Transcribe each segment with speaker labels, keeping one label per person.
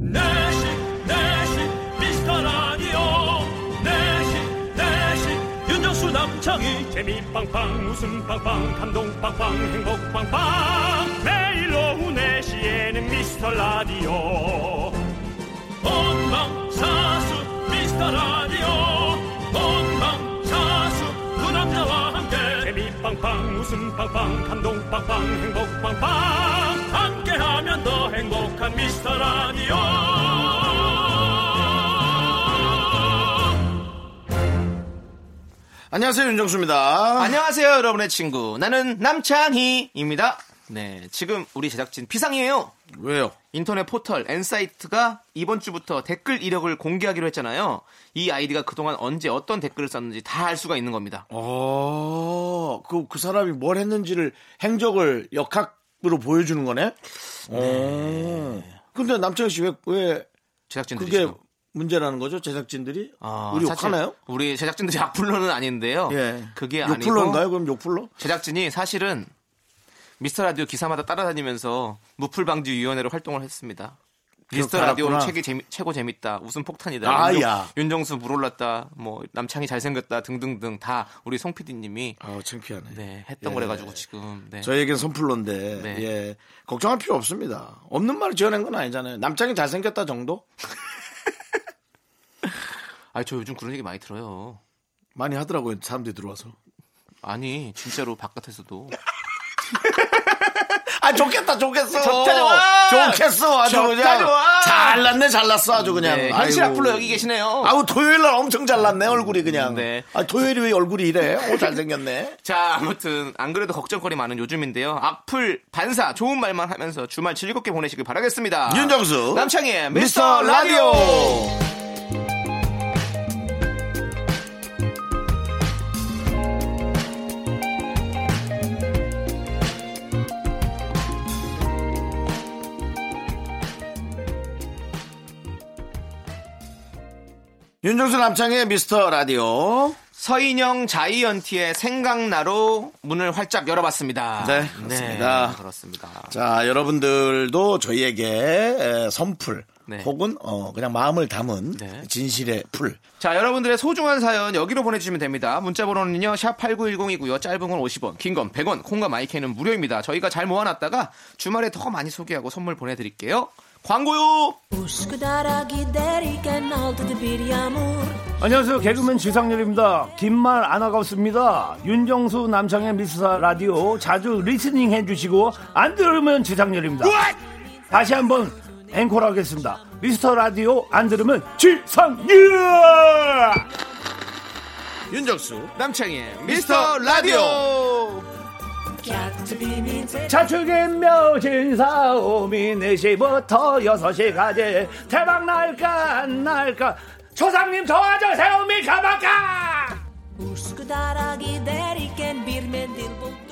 Speaker 1: 내식 내식 미스터라디오 내식 내식 윤정수 남창희
Speaker 2: 재미 빵빵 웃음 빵빵 감동 빵빵 행복 빵빵 매일 오후 네시에는 미스터 라디오
Speaker 1: 본방사수 미스터라디오 본방사수 그 남자와 함께
Speaker 2: 재미 빵빵 웃음 빵빵 감동 빵빵 행복 빵빵
Speaker 1: 함께하면 더 행복한 미스터라디오
Speaker 3: 안녕하세요 윤정수입니다.
Speaker 4: 안녕하세요, 여러분의 친구. 나는 남창희입니다. 네, 지금 우리 제작진 피상이에요.
Speaker 3: 왜요?
Speaker 4: 인터넷 포털 엔사이트가 이번 주부터 댓글 이력을 공개하기로 했잖아요. 이 아이디가 그동안 언제 어떤 댓글을 썼는지 다 알 수가 있는 겁니다.
Speaker 3: 어, 그, 그 사람이 뭘 했는지를 행적을 역학으로 보여주는 거네? 어. 근데 남창희 씨 왜, 왜
Speaker 4: 네. 제작진들이
Speaker 3: 그게
Speaker 4: 지금.
Speaker 3: 문제라는 거죠? 제작진들이?
Speaker 4: 아,
Speaker 3: 우리
Speaker 4: 사실
Speaker 3: 욕하나요?
Speaker 4: 우리 제작진들이 악플러는 아닌데요.
Speaker 3: 예.
Speaker 4: 그게 아니고
Speaker 3: 욕풀러인가요? 그럼 욕풀러?
Speaker 4: 제작진이 사실은 미스터 라디오 기사마다 따라다니면서 무풀 방지 위원회로 활동을 했습니다. 미스터
Speaker 3: 그렇게
Speaker 4: 라디오는
Speaker 3: 알았구나.
Speaker 4: 책이 재미- 최고 재밌다. 웃음 폭탄이다.
Speaker 3: 아,
Speaker 4: 윤정-
Speaker 3: 야.
Speaker 4: 윤정수 물올랐다. 뭐 남창이 잘생겼다 등등등 다 우리 송 PD님이
Speaker 3: 아, 창피하네.
Speaker 4: 네, 했던
Speaker 3: 예.
Speaker 4: 거래 가지고 지금 네.
Speaker 3: 저희에겐 선풀러인데,
Speaker 4: 네.
Speaker 3: 예. 걱정할 필요 없습니다. 없는 말을 지어낸 건 아니잖아요. 남창이 잘생겼다 정도?
Speaker 4: 아니 저 요즘 그런 얘기 많이 들어요.
Speaker 3: 많이 하더라고요. 사람들이 들어와서.
Speaker 4: 아니 진짜로 바깥에서도
Speaker 3: 아 좋겠다 좋겠어
Speaker 4: 좋다, 좋아.
Speaker 3: 좋겠어 아주
Speaker 4: 좋다,
Speaker 3: 그냥
Speaker 4: 좋아.
Speaker 3: 잘났네 잘났어 아주 그냥
Speaker 4: 네, 현실
Speaker 3: 아이고.
Speaker 4: 악플러 여기 계시네요.
Speaker 3: 아우 토요일날 엄청 잘났네 얼굴이 그냥
Speaker 4: 네.
Speaker 3: 아, 토요일이 왜 얼굴이 이래 오 잘생겼네
Speaker 4: 자, 아무튼 안 그래도 걱정거리 많은 요즘인데요. 악플 반사 좋은 말만 하면서 주말 즐겁게 보내시길 바라겠습니다.
Speaker 3: 윤정수
Speaker 4: 아. 남창희의
Speaker 3: 어? 미스터
Speaker 4: 미스터
Speaker 3: 라디오
Speaker 4: 라디오.
Speaker 3: 윤정수 남창의 미스터 라디오
Speaker 4: 서인영 자이언티의 생각나로 문을 활짝 열어봤습니다.
Speaker 3: 네, 그렇습니다.
Speaker 4: 네, 그렇습니다.
Speaker 3: 자 여러분들도 저희에게 에, 선풀
Speaker 4: 네.
Speaker 3: 혹은 어, 그냥 마음을 담은
Speaker 4: 네.
Speaker 3: 진실의 풀
Speaker 4: 자, 여러분들의 소중한 사연 여기로 보내주시면 됩니다. 문자 번호는요, 샵8910이고요. 짧은 건 50원, 긴 건 100원, 콩과 마이크는 무료입니다. 저희가 잘 모아놨다가 주말에 더 많이 소개하고 선물 보내드릴게요. 광고요!
Speaker 5: Už kadar giderken aldı bir yağmur
Speaker 6: 안녕하세요 개그맨 지상렬입니다 긴 말 안 아깝습니다 윤정수 남창의 미스터 라디오 자주 리스닝 해주시고 안 들으면 지상렬입니다 다시 한번 앵콜 하겠습니다 미스터 라디오 안 들으면 지상렬
Speaker 3: 윤정수
Speaker 4: 남창희의 미스터 라디오!
Speaker 5: Yaktı bir minze
Speaker 6: 자축인 묘진 사오미 4시부터 6시까지 대박 날까 안 날까 초상님 도와주세요 미카마카
Speaker 5: Už kadar giderken bir mendil buldu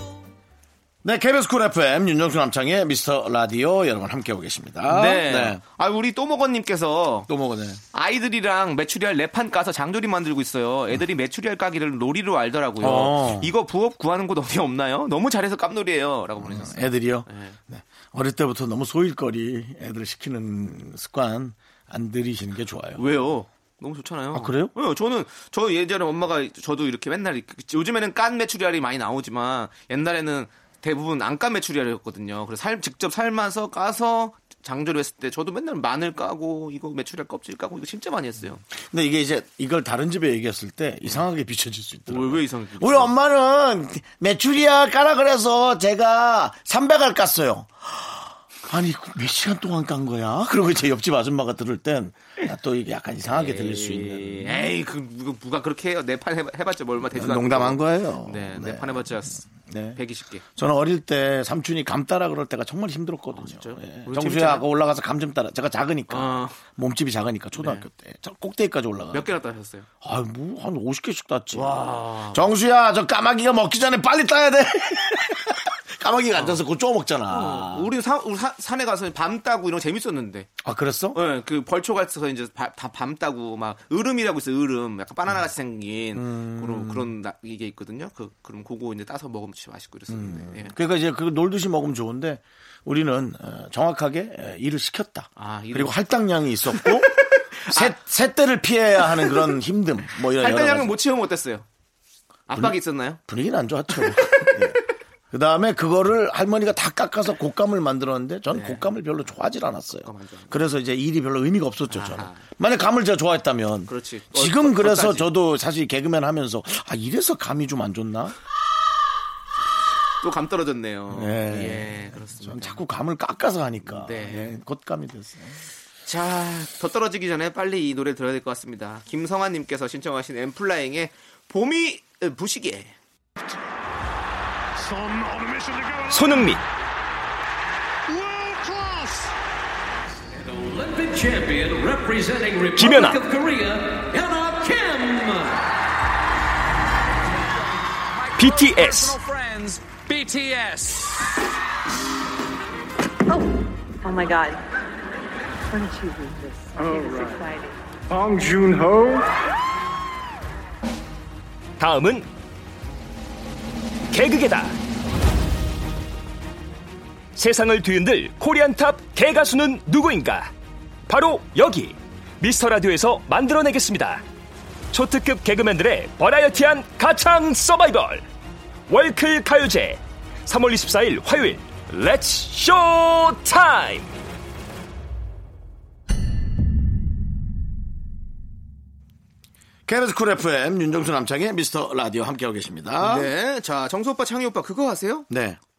Speaker 3: 네 KBS 쿨 FM 윤정수 남창의 미스터 라디오 여러분 함께하고 계십니다
Speaker 4: 네. 아, 우리 또먹어님께서
Speaker 3: 또 먹었네
Speaker 4: 아이들이랑 메추리알 네 랩판 까서 장조림 만들고 있어요. 애들이 메추리알 까기를 놀이로 알더라고요.
Speaker 3: 어.
Speaker 4: 이거 부업 구하는 곳 어디 없나요? 너무 잘해서 깜놀이에요. 라고 보내셨어요.
Speaker 3: 애들이요. 네. 어릴 때부터 너무 소일거리 애들 시키는 습관 안 들이시는 게 좋아요.
Speaker 4: 왜요? 너무 좋잖아요.
Speaker 3: 아, 그래요?
Speaker 4: 네, 저는 저 예전에 엄마가 저도 이렇게 맨날 이렇게- 요즘에는 깐 메추리알이 많이 나오지만 옛날에는 대부분 안 깐 메추리알이었거든요. 그래서 살 직접 삶아서 까서 장조림했을 때 저도 맨날 마늘 까고 이거 메추리알 껍질 까고 이거 진짜 많이 했어요.
Speaker 3: 근데 이게 이제 이걸 다른 집에 얘기했을 때 이상하게 비춰질 수 있더라고요.
Speaker 4: 왜, 왜 이상하게 비춰져요?
Speaker 3: 우리 엄마는 메추리알 까라 그래서 제가 300알 깠어요. 아니 그몇 시간 동안 깐 거야? 그리고 제 옆집 아줌마가 들을 땐 또 이게 약간 이상하게 들릴 수 있는
Speaker 4: 에이 그 누가- 누가 그렇게 해요? 내 판 해봤자 뭐 얼마 되지도 않고.
Speaker 3: 농담한 거예요.
Speaker 4: 네, 내 판 해봤자
Speaker 3: 네.
Speaker 4: 120개.
Speaker 3: 저는 어릴 때 삼촌이 감 따라 그럴 때가 정말 힘들었거든요.
Speaker 4: 아, 진짜요?
Speaker 3: 예.
Speaker 4: 우리
Speaker 3: 정수야
Speaker 4: 재밌잖아요.
Speaker 3: 그 올라가서 감 좀 따라. 제가 작으니까
Speaker 4: 아. 네.
Speaker 3: 몸집이 작으니까 초등학교 때. 저 꼭대기까지 올라가.
Speaker 4: 몇 개나 따셨어요?
Speaker 3: 아뭐한 50개씩 땄지. 정수야 저 까마귀가 먹기 전에 빨리 따야 돼. 까마귀가 앉아서 그거 쪼 먹잖아.
Speaker 4: 우리 사, 우리 사- 산에 가서 밤 따고 이런 거 재밌었는데.
Speaker 3: 아 그랬어?
Speaker 4: 예, 그 벌초 가서 이제 바- 다 밤 따고 막 으름이라고 있어요. 으름. 약간 바나나 같이 생긴 그런 그런 나- 이게 있거든요. 그 그럼 그거 이제 따서 먹으면 진짜 맛있고 그랬었는데. 예.
Speaker 3: 그러니까 이제 그 놀듯이 먹으면 좋은데 우리는 어, 정확하게 어, 일을 시켰다.
Speaker 4: 아, 일을 아.
Speaker 3: 그리고 할당량이 있었고 새, 새때를 피해야 하는 그런 힘듦 뭐 이런 여러 가지
Speaker 4: 할당량은 못 채우면 어땠어요? 압박이 있었나요?
Speaker 3: 분위기는 안 좋았죠. 그 다음에 그거를 할머니가 다 깎아서 곶감을 만들었는데 전 곶감을 별로 좋아하질 않았어요.
Speaker 4: 안 예. 좋아하는구나.
Speaker 3: 그래서 이제 일이 별로 의미가 없었죠. 저는.
Speaker 4: 아하.
Speaker 3: 만약 감을 제가 좋아했다면.
Speaker 4: 그렇지. 어,
Speaker 3: 지금
Speaker 4: 겉-
Speaker 3: 그래서
Speaker 4: 겉까지.
Speaker 3: 저도 사실 개그맨 하면서 아 이래서 감이 좀 안 좋나?
Speaker 4: 또 감 떨어졌네요.
Speaker 3: 예.
Speaker 4: 예, 그렇습니다.
Speaker 3: 전 자꾸 감을 깎아서 하니까
Speaker 4: 네.
Speaker 3: 예, 곶감이 됐어요.
Speaker 4: 자, 더 떨어지기 전에 빨리 이 노래 들어야 될 것 같습니다. 김성환님께서 신청하신 엠플라잉의 봄이 어, 부시게.
Speaker 7: 손흥민 김연아 BTS
Speaker 8: Oh my God. Why don't you read this? I think it's exciting.
Speaker 7: 다음은 개그계다 세상을 뒤흔들 코리안탑 개가수는 누구인가 바로 여기 미스터라디오에서 만들어내겠습니다 초특급 개그맨들의 버라이어티한 가창 서바이벌 월클 가요제 3월 24일 화요일 렛츠 쇼타임
Speaker 3: KBS 쿨 FM 윤정수 남창의 미스터 라디오 함께하고 계십니다. 네.
Speaker 4: 네, 자, 정수 오빠, 창희 오빠, 그거 아세요?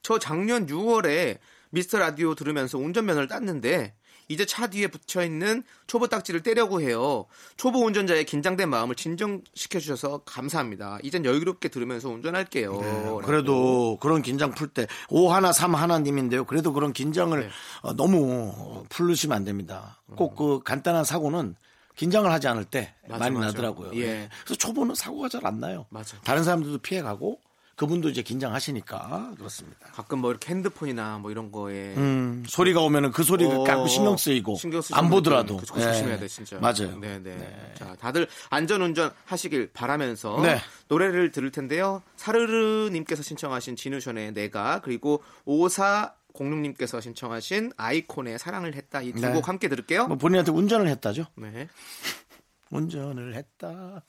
Speaker 4: 저 작년 6월에 미스터 라디오 들으면서 운전면허를 땄는데 이제 차 뒤에 붙여 있는 초보 딱지를 떼려고 해요. 초보 운전자의 긴장된 마음을 진정시켜 주셔서 감사합니다. 이젠 여유롭게 들으면서 운전할게요. 라고.
Speaker 3: 네, 그래도 그런 긴장 풀 때 5 하나 3 하나님인데요. 그래도 그런 긴장을
Speaker 4: 네.
Speaker 3: 어, 너무 어, 풀으시면 안 됩니다. 꼭 그 간단한 사고는 긴장을 하지 않을 때
Speaker 4: 맞아,
Speaker 3: 많이
Speaker 4: 맞아.
Speaker 3: 나더라고요.
Speaker 4: 예.
Speaker 3: 예. 그래서 초보는 사고가 잘 안 나요.
Speaker 4: 맞아.
Speaker 3: 다른 사람들도 피해가고 그분도 이제 긴장하시니까 그렇습니다.
Speaker 4: 가끔 뭐 이렇게 핸드폰이나 뭐 이런 거에
Speaker 3: 음, 소리가 오면은 그 소리가
Speaker 4: 어,
Speaker 3: 깎고 신경 쓰이고
Speaker 4: 신경 쓰시는
Speaker 3: 안 보더라도
Speaker 4: 분들 그거
Speaker 3: 예.
Speaker 4: 조심해야 돼 진짜.
Speaker 3: 맞아요.
Speaker 4: 네, 네. 자, 다들 안전 운전 하시길 바라면서
Speaker 3: 네.
Speaker 4: 노래를 들을 텐데요. 사르르 님께서 신청하신 진우션의 내가 그리고 5406님께서 신청하신 아이콘의 사랑을 했다 이 두
Speaker 3: 네.
Speaker 4: 곡 함께 들을게요.
Speaker 3: 뭐 본인한테 운전을 했다죠?
Speaker 4: 네.
Speaker 3: 운전을 했다.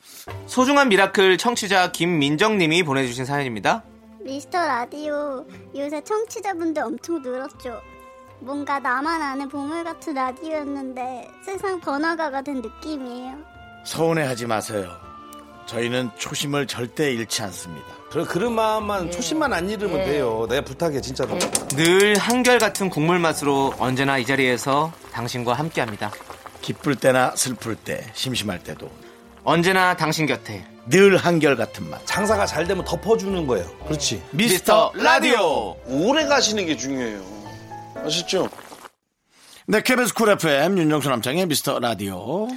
Speaker 4: 소중한 미라클 청취자 김민정 님이 보내주신 사연입니다.
Speaker 9: 미스터 라디오 요새 청취자분들 엄청 늘었죠. 뭔가 나만 아는 보물 같은 라디오였는데 세상 번화가가 된 느낌이에요.
Speaker 3: 서운해하지 마세요. 저희는 초심을 절대 잃지 않습니다.
Speaker 10: 그런 그런 마음만 초심만 안 잃으면 돼요. 내가 부탁해 진짜로.
Speaker 4: 늘 한결같은 국물 맛으로 언제나 이 자리에서 당신과 함께합니다.
Speaker 3: 기쁠 때나 슬플 때, 심심할 때도
Speaker 4: 언제나 당신 곁에
Speaker 3: 늘 한결 같은 맛.
Speaker 10: 장사가 잘 되면 덮어주는 거예요. 그렇지.
Speaker 4: 미스터 라디오.
Speaker 11: 오래 가시는 게 중요해요. 아셨죠?
Speaker 3: 네, KBS 쿨 FM 윤정수 남창의 미스터 라디오.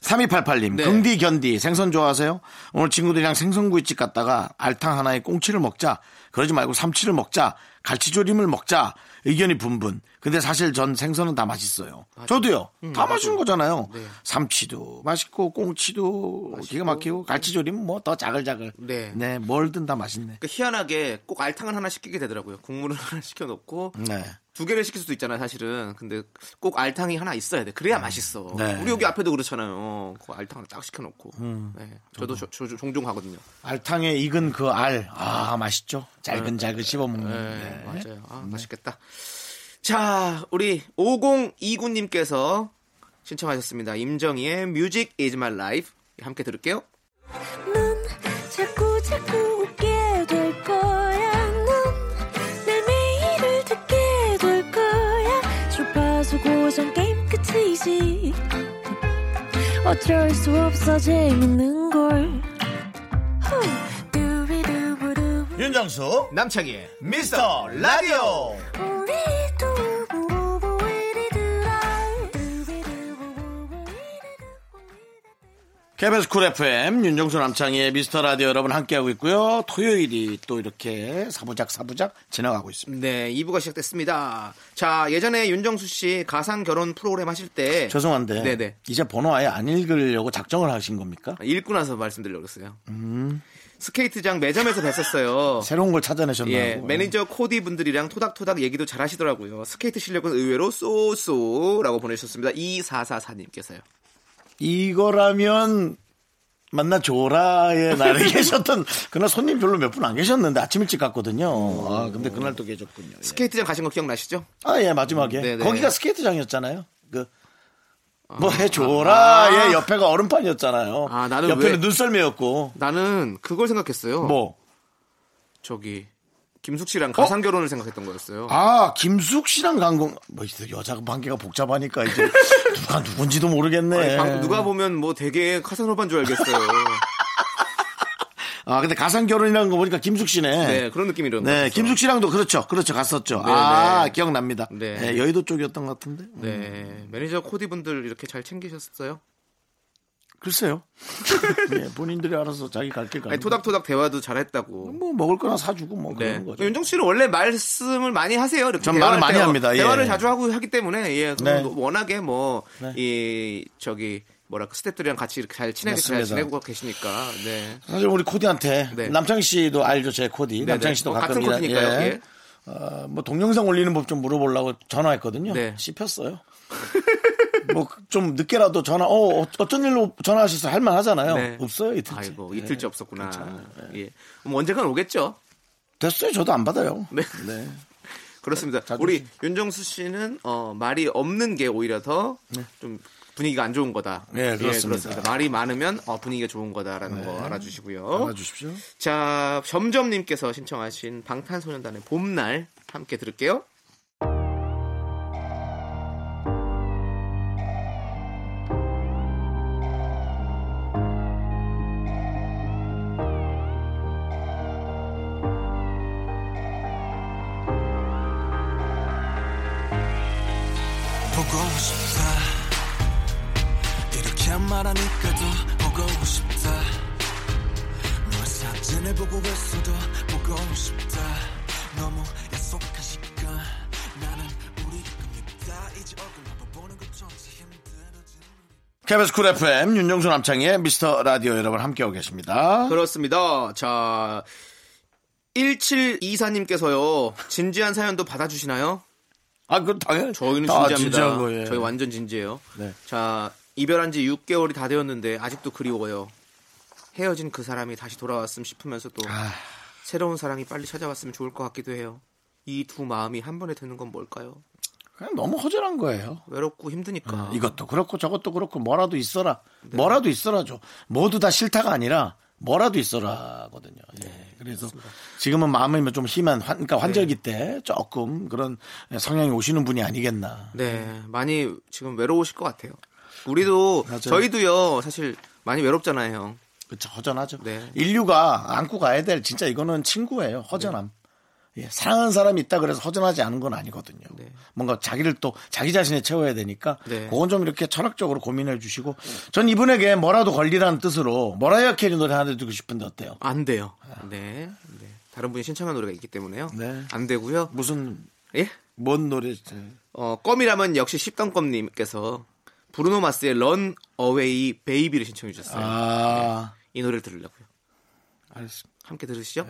Speaker 3: 3288님,
Speaker 4: 네.
Speaker 3: 긍디 견디 생선 좋아하세요? 오늘 친구들이랑 생선구이집 갔다가 알탕 하나에 꽁치를 먹자. 그러지 말고 삼치를 먹자. 갈치조림을 먹자. 의견이 분분. 근데 사실 전 생선은 다 맛있어요. 저도요.
Speaker 11: 음,
Speaker 3: 다 맛있는 거잖아요.
Speaker 11: 네.
Speaker 3: 삼치도 맛있고 꽁치도 기가 막히고 갈치조림 뭐 더 자글자글.
Speaker 4: 네.
Speaker 3: 네, 뭘든 다 맛있네.
Speaker 4: 그러니까 희한하게 꼭 알탕을 하나 시키게 되더라고요. 국물을 하나 시켜놓고
Speaker 3: 네.
Speaker 4: 두 개를 시킬 수도 있잖아요, 사실은. 근데 꼭 알탕이 하나 있어야 돼. 그래야 맛있어.
Speaker 3: 네.
Speaker 4: 우리 여기 앞에도 그렇잖아요. 그 알탕 하나 딱 시켜놓고. 네. 저도 저- 저- 저- 종종 하거든요.
Speaker 3: 알탕에 익은 그 알. 아, 맛있죠? 잘근잘근 씹어 먹는.
Speaker 4: 네, 맞아요. 아, 맛있겠다. 자, 우리 5029님께서 신청하셨습니다. 임정희의 Music is my life. 함께 들을게요.
Speaker 5: 넌 자꾸 자꾸 웃게 될 거야. 넌내 매일을 듣게 될 거야. 주파수 고정 게임 끝이지. 어쩔 수 없어 재밌는 걸. 후. 두비두부두.
Speaker 3: 윤정수
Speaker 4: 남창희의
Speaker 3: 미스터 라디오
Speaker 5: 우리 두부부부 우리 두라. 두비두부부부 우리 두부부.
Speaker 3: KBS 쿨 FM 윤정수 남창희의 미스터 라디오 여러분 함께하고 있고요. 토요일이 또 이렇게 사부작 사부작 지나가고 있습니다.
Speaker 4: 네, 2부가 시작됐습니다. 자, 예전에 윤정수 씨 가상 결혼 프로그램 하실 때
Speaker 3: 죄송한데
Speaker 4: 네네.
Speaker 3: 이제 번호 아예 안 읽으려고 작정을 하신 겁니까?
Speaker 4: 읽고 나서 말씀드리려고 그랬어요.
Speaker 3: 음,
Speaker 4: 스케이트장 매점에서 뵀었어요.
Speaker 3: 새로운 걸 찾아내셨나요?
Speaker 4: 예, 매니저 코디 분들이랑 토닥토닥 얘기도 잘 하시더라고요. 스케이트 실력은 의외로 쏘쏘라고 보내주셨습니다. 2444님께서요.
Speaker 3: 예. 이거라면 만나 줘라의 날에 계셨던 그날 손님 별로 몇 분 안 계셨는데 아침 일찍 갔거든요. 아 근데 그날 또 계셨군요.
Speaker 4: 스케이트장 가신 거 기억나시죠?
Speaker 3: 아 예 마지막에
Speaker 4: 음, 네네.
Speaker 3: 거기가 스케이트장이었잖아요. 그 뭐 해줘라의 예,
Speaker 4: 아.
Speaker 3: 옆에가 얼음판이었잖아요.
Speaker 4: 아, 나는
Speaker 3: 옆에는
Speaker 4: 왜-
Speaker 3: 눈썰매였고
Speaker 4: 나는 그걸 생각했어요.
Speaker 3: 뭐?
Speaker 4: 저기 김숙 씨랑 가상 결혼을 생각했던 거였어요.
Speaker 3: 어? 아 김숙 씨랑 간공 뭐 이제 여자 관계가 복잡하니까 이제 누가 누군지도 모르겠네.
Speaker 4: 아니, 방금 누가 보면 뭐 되게 카사노바인 줄 알겠어요.
Speaker 3: 아 근데 가상 결혼이라는 거 보니까 김숙 씨네.
Speaker 4: 네, 그런 느낌이라는
Speaker 3: 네,
Speaker 4: 거죠.
Speaker 3: 김숙 씨랑도 그렇죠, 그렇죠, 갔었죠.
Speaker 4: 네,
Speaker 3: 아
Speaker 4: 네.
Speaker 3: 기억납니다.
Speaker 4: 네.
Speaker 3: 네, 여의도 쪽이었던 것 같은데.
Speaker 4: 네, 매니저 코디 분들 이렇게 잘 챙기셨어요?
Speaker 3: 글쎄요. 예, 본인들이 알아서 자기 갈 길 가는
Speaker 4: 아니, 토닥토닥 대화도 잘했다고.
Speaker 3: 거. 뭐 먹을 거나 사주고 뭐
Speaker 4: 네.
Speaker 3: 그런 거죠.
Speaker 4: 윤정 씨는 원래 말씀을 많이 하세요. 이렇게
Speaker 3: 전 말을
Speaker 4: 대화할
Speaker 3: 많이
Speaker 4: 때
Speaker 3: 합니다. 예.
Speaker 4: 대화를 자주 하고 하기 때문에 예, 그건
Speaker 3: 네.
Speaker 4: 워낙에 뭐
Speaker 3: 네.
Speaker 4: 이 저기 뭐랄까 스태프들이랑 같이 이렇게 잘 친하게 잘
Speaker 3: 맞습니다.
Speaker 4: 지내고 계시니까. 네.
Speaker 3: 사실 우리 코디한테
Speaker 4: 네.
Speaker 3: 남창희 씨도 알죠, 제 코디.
Speaker 4: 네,
Speaker 3: 남창희
Speaker 4: 네.
Speaker 3: 씨도
Speaker 4: 뭐
Speaker 3: 가끔
Speaker 4: 같은
Speaker 3: 일하-
Speaker 4: 코디니까요.
Speaker 3: 예.
Speaker 4: 예.
Speaker 3: 어, 뭐 동영상 올리는 법 좀 물어보려고 전화했거든요.
Speaker 4: 네.
Speaker 3: 씹혔어요. 뭐 좀 늦게라도 전화 어 어- 어쩐 일로 전화하셔서 할만 하잖아요.
Speaker 4: 네.
Speaker 3: 없어요 이틀째. 네.
Speaker 4: 아이고
Speaker 3: 예.
Speaker 4: 이틀째 없었구나. 예. 그럼 언젠간 오겠죠.
Speaker 3: 예. 됐어요. 저도 안 받아요.
Speaker 4: 네.
Speaker 3: 네.
Speaker 4: 그렇습니다. 우리 윤정수 씨는 어, 말이 없는 게 오히려 더 좀 분위기가 안 좋은 거다. 예,
Speaker 3: 네, 그렇습니다. 네.
Speaker 4: 말이 많으면 어, 분위기가 좋은 거다라는 거 알아주시고요.
Speaker 3: 알아주십시오.
Speaker 4: 자, 점점님께서 신청하신 방탄소년단의 봄날 함께 들을게요.
Speaker 12: 보고 싶다 이렇게 말하니까도 보고 싶다 널 사진을 보고 있어도 보고 싶다 너무 약속한 시간 나는 우리 겁니다 이제 얼굴 한번 보는 것 전체
Speaker 3: KBS 쿨 FM 윤정수 남창희의 미스터 라디오 여러분 함께하고 계십니다.
Speaker 4: 그렇습니다. 자, 1724님께서요. 진지한 사연도 받아주시나요?
Speaker 3: 아, 그 당연히
Speaker 4: 저희는
Speaker 3: 다
Speaker 4: 진지합니다.
Speaker 3: 진지한 거예요.
Speaker 4: 저희 완전 진지해요.
Speaker 3: 네.
Speaker 4: 자, 이별한 지 6개월이 다 되었는데 아직도 그리워요. 헤어진 그 사람이 다시 돌아왔음 싶으면서 또 새로운 사랑이 빨리 찾아왔으면 좋을 것 같기도 해요. 이 두 마음이 한 번에 드는 건 뭘까요?
Speaker 3: 그냥 너무 허전한 거예요.
Speaker 4: 외롭고 힘드니까.
Speaker 3: 아, 이것도 그렇고 저것도 그렇고 뭐라도 있어라. 뭐라도 있어라죠. 모두 다 싫다가 아니라 뭐라도 있어라거든요. 예. 그래서 지금은 마음이 좀 심한 환, 그러니까 환절기 때 조금 그런 성향이 오시는 분이 아니겠나.
Speaker 4: 네, 많이 지금 외로우실 것 같아요.
Speaker 3: 네,
Speaker 4: 우리도 저희도요 사실 많이 외롭잖아요. 형.
Speaker 3: 그렇죠. 허전하죠.
Speaker 4: 네.
Speaker 3: 인류가 안고 가야 될 진짜 이거는 친구예요. 허전함. 예, 사랑하는 사람이 있다 그래서 허전하지 않은 건 아니거든요. 뭔가 자기를 또 자기 자신에 채워야 되니까
Speaker 4: 네.
Speaker 3: 그건 좀 이렇게 철학적으로 고민해 주시고 전 이분에게 뭐라도 걸리라는 뜻으로 뭐라 해야 캐리 노래 하나 듣고 싶은데 어때요?
Speaker 4: 안 돼요. 네, 네. 다른 분이 신청한 노래가 있기 때문에요.
Speaker 3: 아. 네.
Speaker 4: 안 되고요.
Speaker 3: 무슨
Speaker 4: 예?
Speaker 3: 뭔 노래?
Speaker 4: 어, 껌이라면 역시 십던껌님께서 브루노 마스의 런 어웨이 베이비를 신청해 주셨어요.
Speaker 3: 아.
Speaker 4: 네. 이 노래를 들으려고요. 함께 들으시죠.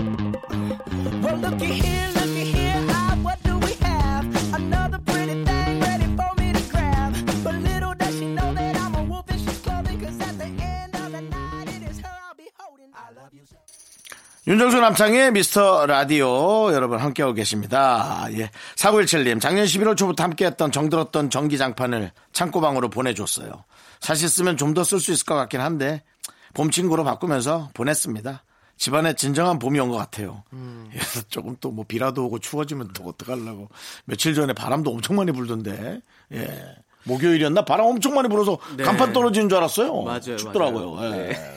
Speaker 13: Well, looky here, looky here, ah, what do we have? Another pretty thing ready for me to grab. But little does she know that I'm a wolf and she's clubbing, cause at the end of the night, it is her I'll be holding. I love you.
Speaker 3: 윤정수 남창의 미스터 라디오 여러분 함께하고 계십니다. 예. 4917님, 작년 11월 초부터 함께했던 정들었던 전기장판을 창고방으로 보내줬어요. 사실 쓰면 좀 더 쓸 수 있을 것 같긴 한데, 봄 친구로 바꾸면서 보냈습니다. 집안에 진정한 봄이 온 것 같아요.
Speaker 4: 음.
Speaker 3: 그래서 조금 또 뭐 비라도 오고 추워지면 또 어떡하려고. 며칠 전에 바람도 엄청 많이 불던데, 예. 목요일이었나? 바람 엄청 많이 불어서
Speaker 4: 네.
Speaker 3: 간판 떨어지는 줄 알았어요.
Speaker 4: 맞아요, 네.
Speaker 3: 춥더라고요.
Speaker 4: 맞아요.
Speaker 3: 예.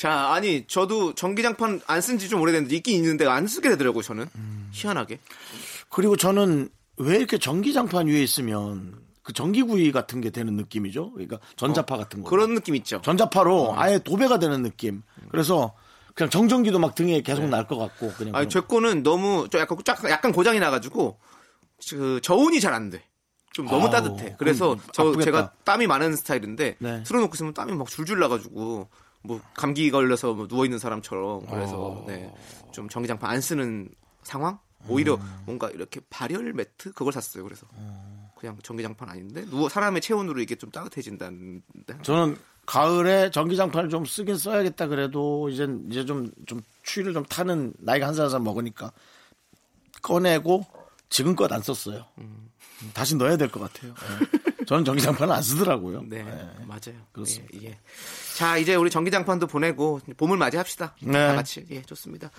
Speaker 4: 자, 아니 저도 전기장판 안 쓴 지 좀 오래됐는데 있긴 있는데 안 쓰게 되더라고요. 저는 희한하게.
Speaker 3: 그리고 저는 왜 이렇게 전기장판 위에 있으면 그 전기구이 같은 게 되는 느낌이죠. 그러니까 전자파 같은 거.
Speaker 4: 어, 그런 어. 느낌 있죠.
Speaker 3: 전자파로 아예 도배가 되는 느낌. 그래서 그냥 정전기도 막 등에 계속 날 것 같고 그냥.
Speaker 4: 네. 아니,
Speaker 3: 그런-
Speaker 4: 제 거는 너무 좀 약간 쫙- 약간 고장이 나가지고 그 저온이 잘 안 돼. 좀 너무
Speaker 3: 아우,
Speaker 4: 따뜻해. 그래서
Speaker 3: 그럼 뭐
Speaker 4: 저
Speaker 3: 아프겠다.
Speaker 4: 제가 땀이 많은 스타일인데
Speaker 3: 네.
Speaker 4: 틀어놓고 있으면 땀이 막 줄줄 나가지고 뭐 감기 걸려서 누워 있는 사람처럼
Speaker 3: 어.
Speaker 4: 그래서 네, 좀 전기장판 안 쓰는 상황. 오히려
Speaker 3: 음.
Speaker 4: 뭔가 이렇게 발열 매트 그걸 샀어요. 그래서 그냥 전기장판 아닌데 누워 사람의 체온으로 이게 좀 따뜻해진다는데.
Speaker 3: 저는 가을에 전기장판을 좀 쓰긴 써야겠다 그래도 이제 이제 좀 좀 추위를 좀 타는 나이가 한 살 한 살 먹으니까 꺼내고 지금껏 안 썼어요.
Speaker 4: 음.
Speaker 3: 다시 넣어야 될 것 같아요. 예. 저는 전기장판을 안 쓰더라고요.
Speaker 4: 네, 맞아요.
Speaker 3: 그렇습니다.
Speaker 4: 예, 예. 자, 이제 우리 전기장판도 보내고 봄을 맞이합시다.
Speaker 3: 네.
Speaker 4: 다 같이. 예, 좋습니다.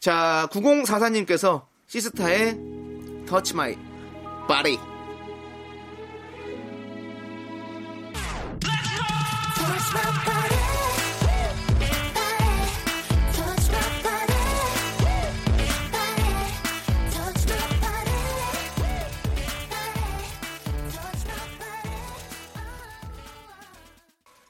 Speaker 4: 자, 9044님께서 시스타의 터치 마이 바리.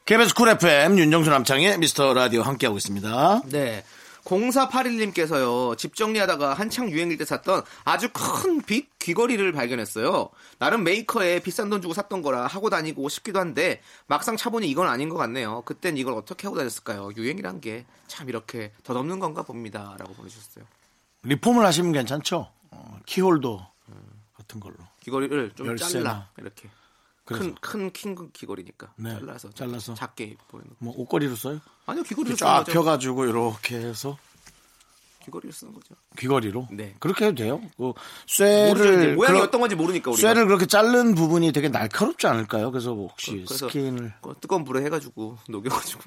Speaker 3: KBS 쿨 FM 윤정수 남창의 미스터 라디오 함께하고 있습니다.
Speaker 4: 네. 0481님께서요, 집 정리하다가 한창 유행일 때 샀던 아주 큰 빛 귀걸이를 발견했어요. 나름 메이커에 비싼 돈 주고 샀던 거라 하고 다니고 싶기도 한데, 막상 차보니 이건 아닌 것 같네요. 그땐 이걸 어떻게 하고 다녔을까요? 유행이란 게 참 이렇게 덧없는 건가 봅니다. 라고 보내주셨어요.
Speaker 3: 리폼을 하시면 괜찮죠? 어, 키홀더 같은 걸로.
Speaker 4: 귀걸이를 좀
Speaker 3: 열쇠나.
Speaker 4: 잘라 이렇게
Speaker 3: 그래서.
Speaker 4: 큰큰킹 귀걸이니까
Speaker 3: 네,
Speaker 4: 잘라서
Speaker 3: 잘라서.
Speaker 4: 작게 보이는
Speaker 3: 뭐 옷걸이로 써요?
Speaker 4: 아니요 귀걸이로
Speaker 3: 쫙
Speaker 4: 쓰는 거죠.
Speaker 3: 펴가지고 이렇게 해서
Speaker 4: 귀걸이로 쓰는 거죠.
Speaker 3: 귀걸이로.
Speaker 4: 네.
Speaker 3: 그렇게 해도 돼요. 그
Speaker 4: 모르죠, 이제
Speaker 3: 쇠를
Speaker 4: 모양이
Speaker 3: 그러-
Speaker 4: 어떤 건지 모르니까 우리가
Speaker 3: 쇠를 그렇게 자른 부분이 되게 날카롭지 않을까요? 그래서 뭐 혹시
Speaker 4: 그래서
Speaker 3: 스킨을
Speaker 4: 그 뜨거운 물에 해가지고 녹여가지고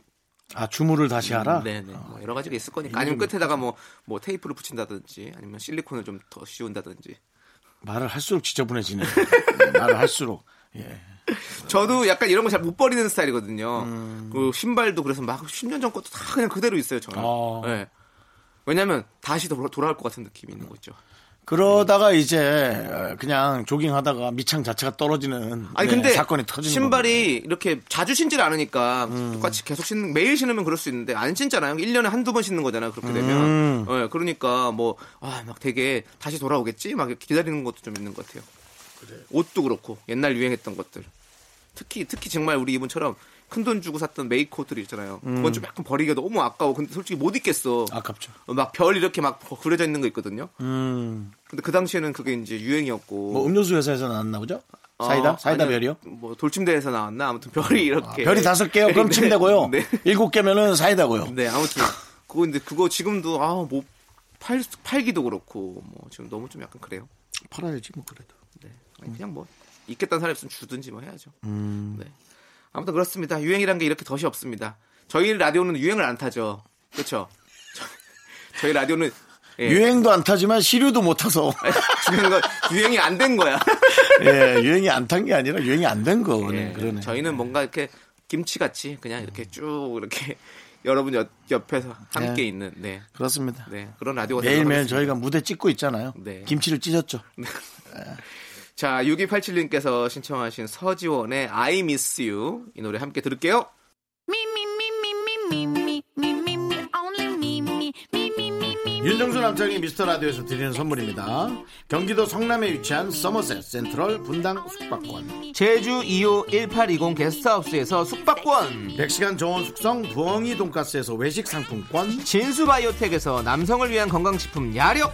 Speaker 3: 아 주물을 다시 하라.
Speaker 4: 네네 뭐 여러 가지가 있을 거니까 아니면 끝에다가 뭐 뭐 테이프를 붙인다든지 아니면 실리콘을 좀 더 씌운다든지
Speaker 3: 말을 할수록 지저분해지네. 요 말을 할수록 예.
Speaker 4: 저도 약간 이런 거 잘 못 버리는 스타일이거든요.
Speaker 3: 음.
Speaker 4: 그 신발도 그래서 막 10년 전 것도 다 그냥 그대로 있어요 저는.
Speaker 3: 어.
Speaker 4: 네. 왜냐면 다시 돌아- 돌아올 것 같은 느낌이 있는 거 있죠.
Speaker 3: 그러다가 이제 어, 그냥 조깅하다가 미창 자체가 떨어지는
Speaker 4: 아니
Speaker 3: 네,
Speaker 4: 근데
Speaker 3: 사건이 터지는
Speaker 4: 신발이 이렇게 자주 신지를 않으니까 똑같이 계속 신 매일 신으면 그럴 수 있는데 안 신잖아요. 1년에 한두 번 신는 거잖아요. 그렇게 되면.
Speaker 3: 음.
Speaker 4: 예, 그러니까 뭐 아 막 되게 다시 돌아오겠지 막 이렇게 기다리는 것도 좀 있는 것 같아요. 옷도 그렇고 옛날 유행했던 것들. 특히 특히 정말 우리 이분처럼 큰 돈 주고 샀던 메이크업들 있잖아요. 그건 좀 약간 버리기가 너무 아까워. 근데 솔직히 못 입겠어.
Speaker 3: 음. 아깝죠. 그
Speaker 4: 막 별 이렇게 막 그려져 있는 거 있거든요.
Speaker 3: 음.
Speaker 4: 근데 그 당시에는 그게 이제 유행이었고.
Speaker 3: 뭐 음료수 회사에서 나왔나 보죠?
Speaker 4: 어,
Speaker 3: 사이다? 사이다
Speaker 4: 아니요.
Speaker 3: 별이요?
Speaker 4: 뭐 돌침대에서 나왔나 아무튼 별이 이렇게
Speaker 3: 별이 다섯 개요? 그럼
Speaker 4: 네.
Speaker 3: 침대고요.
Speaker 4: 네,
Speaker 3: 일곱 개면은 사이다고요.
Speaker 4: 네, 아무튼 그거 근데 그거 지금도 아뭐 팔, 팔기도 그렇고 뭐 지금 너무 좀 약간 그래요
Speaker 3: 팔아야지 뭐 그래도
Speaker 4: 네 아니, 그냥 뭐 있겠다는 사람 있으면 주든지 뭐 해야죠
Speaker 3: 음.
Speaker 4: 네 아무튼 그렇습니다 유행이란 게 이렇게 덫이 없습니다 저희 라디오는 유행을 안 타죠 그렇죠 저- 저희 라디오는 예.
Speaker 3: 유행도 안 타지만 시류도 못 타서
Speaker 4: 중요한 건 유행이 안 된 거야
Speaker 3: 예, 유행이 안 탄 게 아니라 유행이 안 된 거네. 그러네.
Speaker 4: 예, 저희는 뭔가 이렇게 김치같이 그냥 이렇게 쭉 이렇게 여러분 옆, 옆에서 함께
Speaker 3: 네.
Speaker 4: 있는 음. 네.
Speaker 3: 그렇습니다.
Speaker 4: 네 그런 라디오가
Speaker 3: 매일매일
Speaker 4: 되도록
Speaker 3: 저희가 무대 찍고 있잖아요.
Speaker 4: 네.
Speaker 3: 김치를 찢었죠.
Speaker 4: 하겠습니다. 자 6287님께서 신청하신 서지원의 I Miss You 이 노래 함께 들을게요
Speaker 3: 윤정수 남창희 미스터 라디오에서 드리는 선물입니다. 경기도 성남에 위치한 서머셋 센트럴 분당 숙박권.
Speaker 4: 제주 2호 1820 게스트하우스에서 숙박권
Speaker 3: 100시간 정원 숙성 부엉이 돈가스에서 외식 상품권.
Speaker 4: 진수바이오텍에서 남성을 위한 건강식품 야력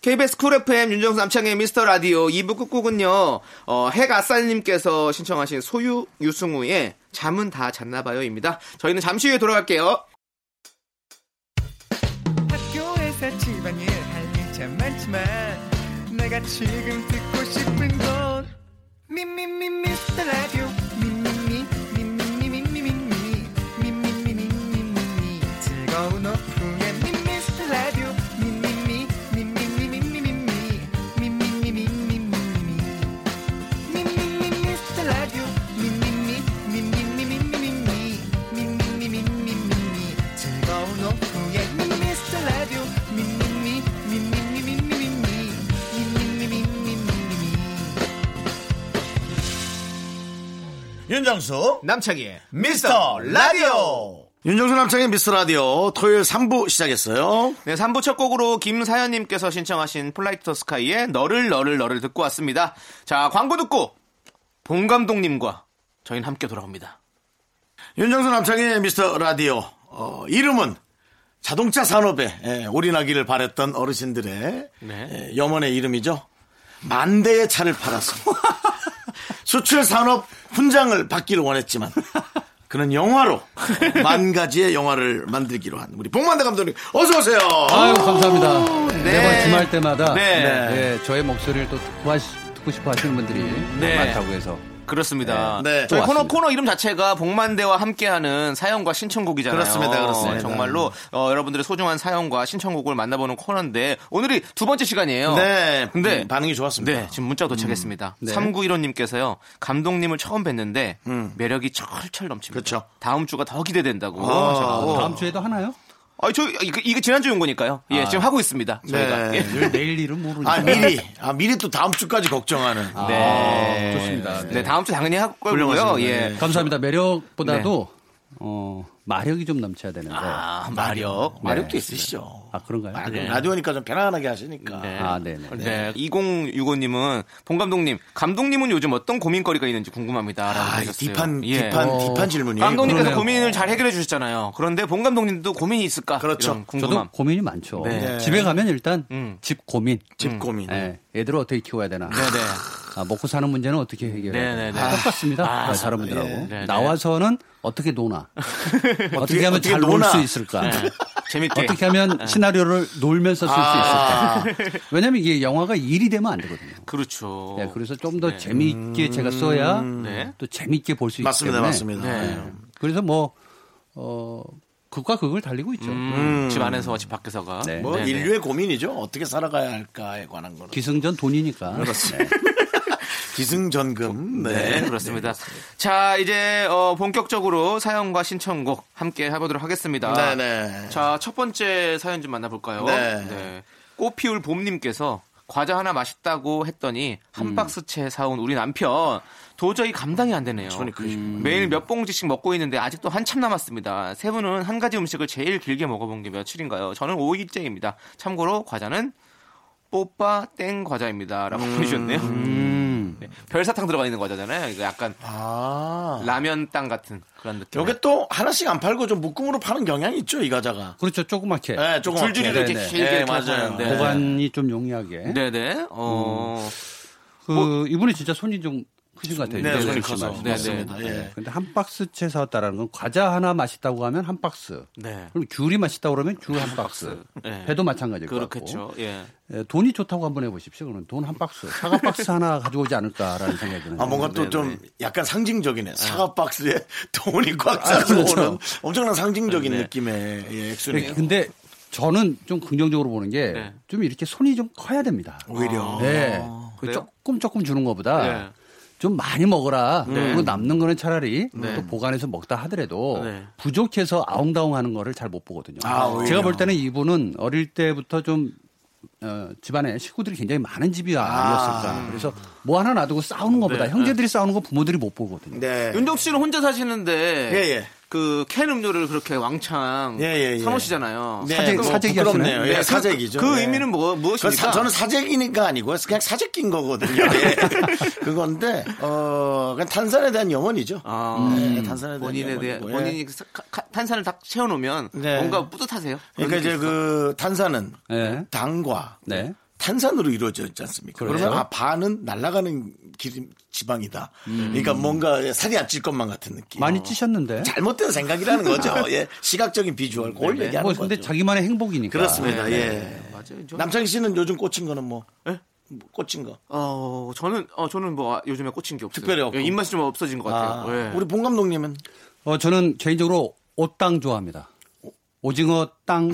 Speaker 4: KBS 쿨 FM 윤정수 남창의 미스터 라디오 2부 끝곡은요 어, 핵아싸님께서 신청하신 소유 유승우의 잠은 다 잤나봐요입니다 저희는 잠시 후에 돌아갈게요
Speaker 14: 학교에서 집안일 할 일 참 많지만 내가 지금 듣고 싶은 건 미미미 미스터 라디오 미미미
Speaker 3: 윤정수
Speaker 4: 남창희의
Speaker 3: 미스터 라디오 윤정수 남창의 미스터 라디오 토요일 3부 시작했어요.
Speaker 4: 네, 3부 첫 곡으로 김사연님께서 신청하신 플라이트 더 스카이의 너를 너를 너를 듣고 왔습니다. 자, 광고 듣고 봉 감독님과 저희는 함께 돌아옵니다.
Speaker 3: 윤정수 남창의 미스터 라디오 어, 이름은 자동차 산업에 예, 올인하기를 바랬던 어르신들의
Speaker 15: 네.
Speaker 3: 예, 염원의 이름이죠. 만 대의 차를 팔아서 수출 산업 훈장을 받기를 원했지만 그는 영화로 만 가지의 영화를 만들기로 한 우리 봉만대 감독님 어서 오세요.
Speaker 15: 아유, 감사합니다. 매번 주말 때마다
Speaker 4: 네.
Speaker 15: 네, 저의 목소리를 또 듣고, 하시, 듣고 싶어 하시는 분들이
Speaker 4: 네.
Speaker 15: 많다고 해서.
Speaker 4: 그렇습니다.
Speaker 15: 네. 네.
Speaker 4: 저희
Speaker 15: 또
Speaker 4: 코너,
Speaker 15: 왔습니다.
Speaker 4: 코너 이름 자체가 복만대와 함께하는 사연과 신청곡이잖아요.
Speaker 3: 그렇습니다, 그렇습니다.
Speaker 4: 정말로 어, 여러분들의 소중한 사연과 신청곡을 만나보는 코너인데 오늘이 두 번째 시간이에요.
Speaker 3: 네,
Speaker 4: 근데
Speaker 3: 반응이 좋았습니다.
Speaker 4: 네, 지금 문자 도착했습니다.
Speaker 3: 음. 네.
Speaker 4: 3915님께서요. 감독님을 처음 뵀는데 매력이 철철 넘칩니다. 다음 주가 더 기대된다고
Speaker 15: 아,
Speaker 4: 하셔가지고.
Speaker 15: 다음 주에도 하나요?
Speaker 4: 아, 저 이거, 이거 지난주에 온 거니까요. 예,
Speaker 15: 아.
Speaker 4: 지금 하고 있습니다. 저희가.
Speaker 3: 네.
Speaker 4: 예.
Speaker 15: 내일 일은 모르니까.
Speaker 3: 아 미리 아 미리 또 다음 주까지 걱정하는. 아,
Speaker 4: 네.
Speaker 15: 좋습니다.
Speaker 4: 네, 다음 주 당연히 할 거고요.
Speaker 15: 훌륭하십니다.
Speaker 4: 예.
Speaker 15: 네. 감사합니다. 매력보다도 어, 마력이 좀 넘쳐야 되는데.
Speaker 4: 아, 마력. 마력도 있으시죠.
Speaker 15: 아 그런가요?
Speaker 4: 마력.
Speaker 15: 네.
Speaker 3: 라디오니까 좀 편안하게 하시니까.
Speaker 15: 아, 네네.
Speaker 4: 네. 2065님은 봉 감독님, 감독님은 요즘 어떤 고민거리가 있는지 궁금합니다. 라고
Speaker 3: 아, 이
Speaker 4: 하셨어요. 예.
Speaker 3: 딥한, 딥한, 딥한 질문이에요.
Speaker 4: 감독님께서
Speaker 3: 그러네요.
Speaker 4: 고민을 잘 해결해 주셨잖아요. 그런데 봉 감독님도 고민이 있을까?
Speaker 3: 그렇죠.
Speaker 4: 이런 궁금함.
Speaker 15: 저도 고민이 많죠.
Speaker 4: 네. 네.
Speaker 15: 집에 가면 일단 집 고민.
Speaker 3: 집 고민.
Speaker 15: 예, 애들을 어떻게 키워야 되나. 아, 먹고 사는 문제는 어떻게 해결해야 되나.
Speaker 4: 네, 네, 네.
Speaker 15: 다 똑같습니다.
Speaker 4: 아,
Speaker 15: 다 다른 분들하고.
Speaker 4: 예. 네, 네.
Speaker 15: 나와서는 어떻게 노나. 어떻게 하면
Speaker 4: 어떻게
Speaker 15: 잘 놀
Speaker 4: 노나.
Speaker 15: 수 있을까.
Speaker 4: 네. 재밌게.
Speaker 15: 어떻게 하면
Speaker 4: 네.
Speaker 15: 시나리오를 놀면서 쓸 수
Speaker 4: 아.
Speaker 15: 있을까. 왜냐면 이게 영화가 일이 되면 안 되거든요.
Speaker 4: 그렇죠.
Speaker 15: 네, 그래서 좀 더 재미있게 제가 써야
Speaker 7: 음.
Speaker 4: 네.
Speaker 15: 또 재미있게 볼 수 있기
Speaker 3: 음. 맞습니다,
Speaker 15: 때문에
Speaker 3: 맞습니다. 네.
Speaker 15: 그래서 뭐 어, 극과 극을 달리고 있죠.
Speaker 4: 음, 집 안에서와 집 밖에서가.
Speaker 15: 네.
Speaker 3: 뭐
Speaker 15: 네, 네.
Speaker 3: 인류의 고민이죠. 어떻게 살아가야 할까에 관한 거는.
Speaker 15: 기승전 돈이니까. 네.
Speaker 3: 그렇습니다. 기승전금. 네.
Speaker 4: 네, 그렇습니다. 자, 이제 어, 본격적으로 사연과 신청곡 함께 해보도록 하겠습니다.
Speaker 3: 네, 네.
Speaker 4: 자, 첫 번째 사연 좀 만나볼까요?
Speaker 3: 네.
Speaker 4: 꽃피울 봄님께서 과자 하나 맛있다고 했더니
Speaker 3: 음.
Speaker 4: 한 박스채 사온 우리 남편 도저히 감당이 안 되네요.
Speaker 3: 그러니까.
Speaker 4: 음.
Speaker 3: 음.
Speaker 4: 매일 몇 봉지씩 먹고 있는데 아직도 한참 남았습니다. 세 분은 한 가지 음식을 제일 길게 먹어본 게 며칠인가요? 저는 5일째입니다. 참고로 과자는 뽀빠 땡 과자입니다.
Speaker 3: 음.
Speaker 4: 라고 보내주셨네요. 네, 별사탕 들어가 있는 과자잖아요. 이거 약간
Speaker 3: 아.
Speaker 4: 라면 땅 같은 그런 느낌.
Speaker 3: 요게 또 하나씩 안 팔고 좀 묶음으로 파는 경향이 있죠, 이 과자가.
Speaker 15: 그렇죠, 조그맣게.
Speaker 3: 네, 조그맣게.
Speaker 4: 줄줄이
Speaker 3: 네,
Speaker 4: 이렇게
Speaker 3: 네.
Speaker 4: 길게
Speaker 3: 네,
Speaker 4: 이렇게
Speaker 3: 맞아요.
Speaker 4: 하고 있는데.
Speaker 15: 보관이 좀 용이하게.
Speaker 4: 네네.
Speaker 3: 음.
Speaker 4: 어.
Speaker 15: 그 이분이 진짜 손이 좀 크신 것 같아요.
Speaker 4: 뭐, 네,
Speaker 15: 이제
Speaker 4: 손이
Speaker 15: 그렇게
Speaker 4: 커서.
Speaker 15: 말씀하셨습니다.
Speaker 4: 네, 네.
Speaker 15: 네.
Speaker 4: 예.
Speaker 15: 근데 한 박스 채 사왔다라는 건 과자 하나 맛있다고 하면 한 박스.
Speaker 4: 네.
Speaker 15: 그럼 귤이 맛있다고 그러면 귤 한 박스.
Speaker 4: 네.
Speaker 15: 배도 마찬가지일 것
Speaker 4: 그렇겠죠.
Speaker 15: 같고.
Speaker 4: 예.
Speaker 15: 예, 돈이 좋다고 한번 해보십시오. 그러면 돈 한 박스, 사과 박스 하나 가져오지 않을까라는 생각이 드는데.
Speaker 3: 아, 뭔가 또 좀
Speaker 4: 네,
Speaker 3: 약간 상징적이네. 사과 박스에 돈이 꽉
Speaker 15: 아,
Speaker 3: 차서
Speaker 15: 그렇죠.
Speaker 3: 오는 엄청난 상징적인
Speaker 4: 네.
Speaker 3: 느낌의 예, 액수네요. 네.
Speaker 15: 근데 저는 좀 긍정적으로 보는 게 좀 이렇게 손이 좀 커야 됩니다.
Speaker 3: 오히려. 아,
Speaker 15: 네. 그
Speaker 3: 그래요?
Speaker 15: 조금 조금 주는 것보다
Speaker 3: 네.
Speaker 15: 좀 많이 먹어라.
Speaker 3: 네.
Speaker 15: 그리고 남는 거는 차라리
Speaker 3: 네.
Speaker 15: 또 보관해서 먹다 하더라도
Speaker 3: 네.
Speaker 15: 부족해서 아웅다웅 하는 거를 잘 못 보거든요.
Speaker 3: 아, 오히려.
Speaker 15: 제가 볼 때는 이분은 어릴 때부터 좀 어, 집안에 식구들이 굉장히 많은 집이 아니었을까.
Speaker 4: 음.
Speaker 15: 그래서 뭐 하나 놔두고 싸우는 것보다
Speaker 4: 네.
Speaker 15: 형제들이 싸우는 거 부모들이 못 보거든요.
Speaker 3: 네. 예.
Speaker 4: 윤정수 씨는 혼자 사시는데
Speaker 15: 예, 예.
Speaker 4: 그 캔 음료를 그렇게 왕창
Speaker 3: 예, 예.
Speaker 4: 사놓으시잖아요.
Speaker 3: 네, 사재- 뭐 사재기 부끄럽네요. 하시나요? 예,
Speaker 4: 그-
Speaker 3: 사재기죠.
Speaker 4: 그
Speaker 3: 예.
Speaker 4: 의미는 뭐 무엇입니까?
Speaker 3: 그건 사- 저는 사재기니까 아니고요. 그냥 사재낀 거거든요. 예. 그건데 어 그냥 탄산에 대한 염원이죠. 네, 탄산에 대한
Speaker 4: 아, 음, 본인에 대해
Speaker 3: 염원이고, 예.
Speaker 4: 본인이 사- 카- 카- 탄산을 딱 채워놓으면
Speaker 3: 네.
Speaker 4: 뭔가 뿌듯하세요.
Speaker 3: 그러니까 이제 그 탄산은 당과
Speaker 15: 네.
Speaker 3: 탄산으로 이루어져 있지 않습니까? 그러면
Speaker 15: 그렇죠.
Speaker 3: 아 반은 날아가는 기- 지방이다.
Speaker 15: 음.
Speaker 3: 그러니까 뭔가 살이 안 찔 것만 같은 느낌.
Speaker 15: 많이 찌셨는데.
Speaker 3: 잘못된 생각이라는 거죠.
Speaker 15: 아.
Speaker 3: 예. 시각적인 비주얼 그걸
Speaker 15: 네.
Speaker 3: 얘기하는
Speaker 15: 뭐
Speaker 3: 거죠.
Speaker 15: 근데 자기만의 행복이니까.
Speaker 3: 그렇습니다.
Speaker 15: 네.
Speaker 3: 예.
Speaker 4: 맞아요. 저-
Speaker 3: 남창희 씨는 요즘 꽂힌 거는 뭐? 뭐 꽂힌 거?
Speaker 4: 어 저는 어 저는 뭐 요즘에 꽂힌 게 없어요.
Speaker 15: 특별히 없고.
Speaker 4: 예, 입맛이 좀
Speaker 3: 아,
Speaker 4: 없어진 것 같아요. 예.
Speaker 15: 봉 감독님은? 어, 저는 개인적으로 옷당 좋아합니다. 오징어, 땅,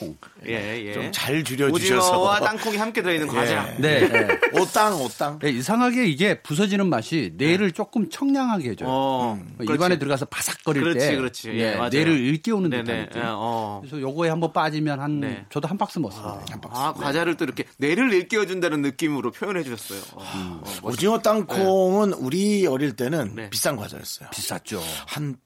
Speaker 15: 콩.
Speaker 4: 예, 예.
Speaker 15: 좀잘 줄여주셔서.
Speaker 4: 오징어와 땅콩이 함께
Speaker 3: 예.
Speaker 4: 들어있는 과자.
Speaker 3: 음.
Speaker 15: 네.
Speaker 3: 오땅, 오땅.
Speaker 15: 이상하게 이게 부서지는 맛이 뇌를 조금 청량하게 해줘요. 음.
Speaker 4: 네. 어, 그렇지.
Speaker 15: 입안에 들어가서 바삭거릴
Speaker 4: 그렇지,
Speaker 15: 때.
Speaker 4: 그렇지.
Speaker 15: 예,
Speaker 4: 예, 맞아요.
Speaker 15: 뇌를 일깨우는
Speaker 4: 네네.
Speaker 15: 듯한 느낌.
Speaker 4: 예, 어.
Speaker 15: 그래서 요거에 한번 빠지면 한,
Speaker 4: 네.
Speaker 15: 저도 한 박스 먹었어요. 한 박스.
Speaker 4: 아, 과자를 또 이렇게 뇌를 일깨워준다는 느낌으로 표현해 주셨어요. 어, 어, 멋있-
Speaker 3: 오징어 땅콩은 우리 어릴 때는
Speaker 15: 네.
Speaker 3: 비싼 과자였어요.
Speaker 15: 비쌌죠.
Speaker 3: 한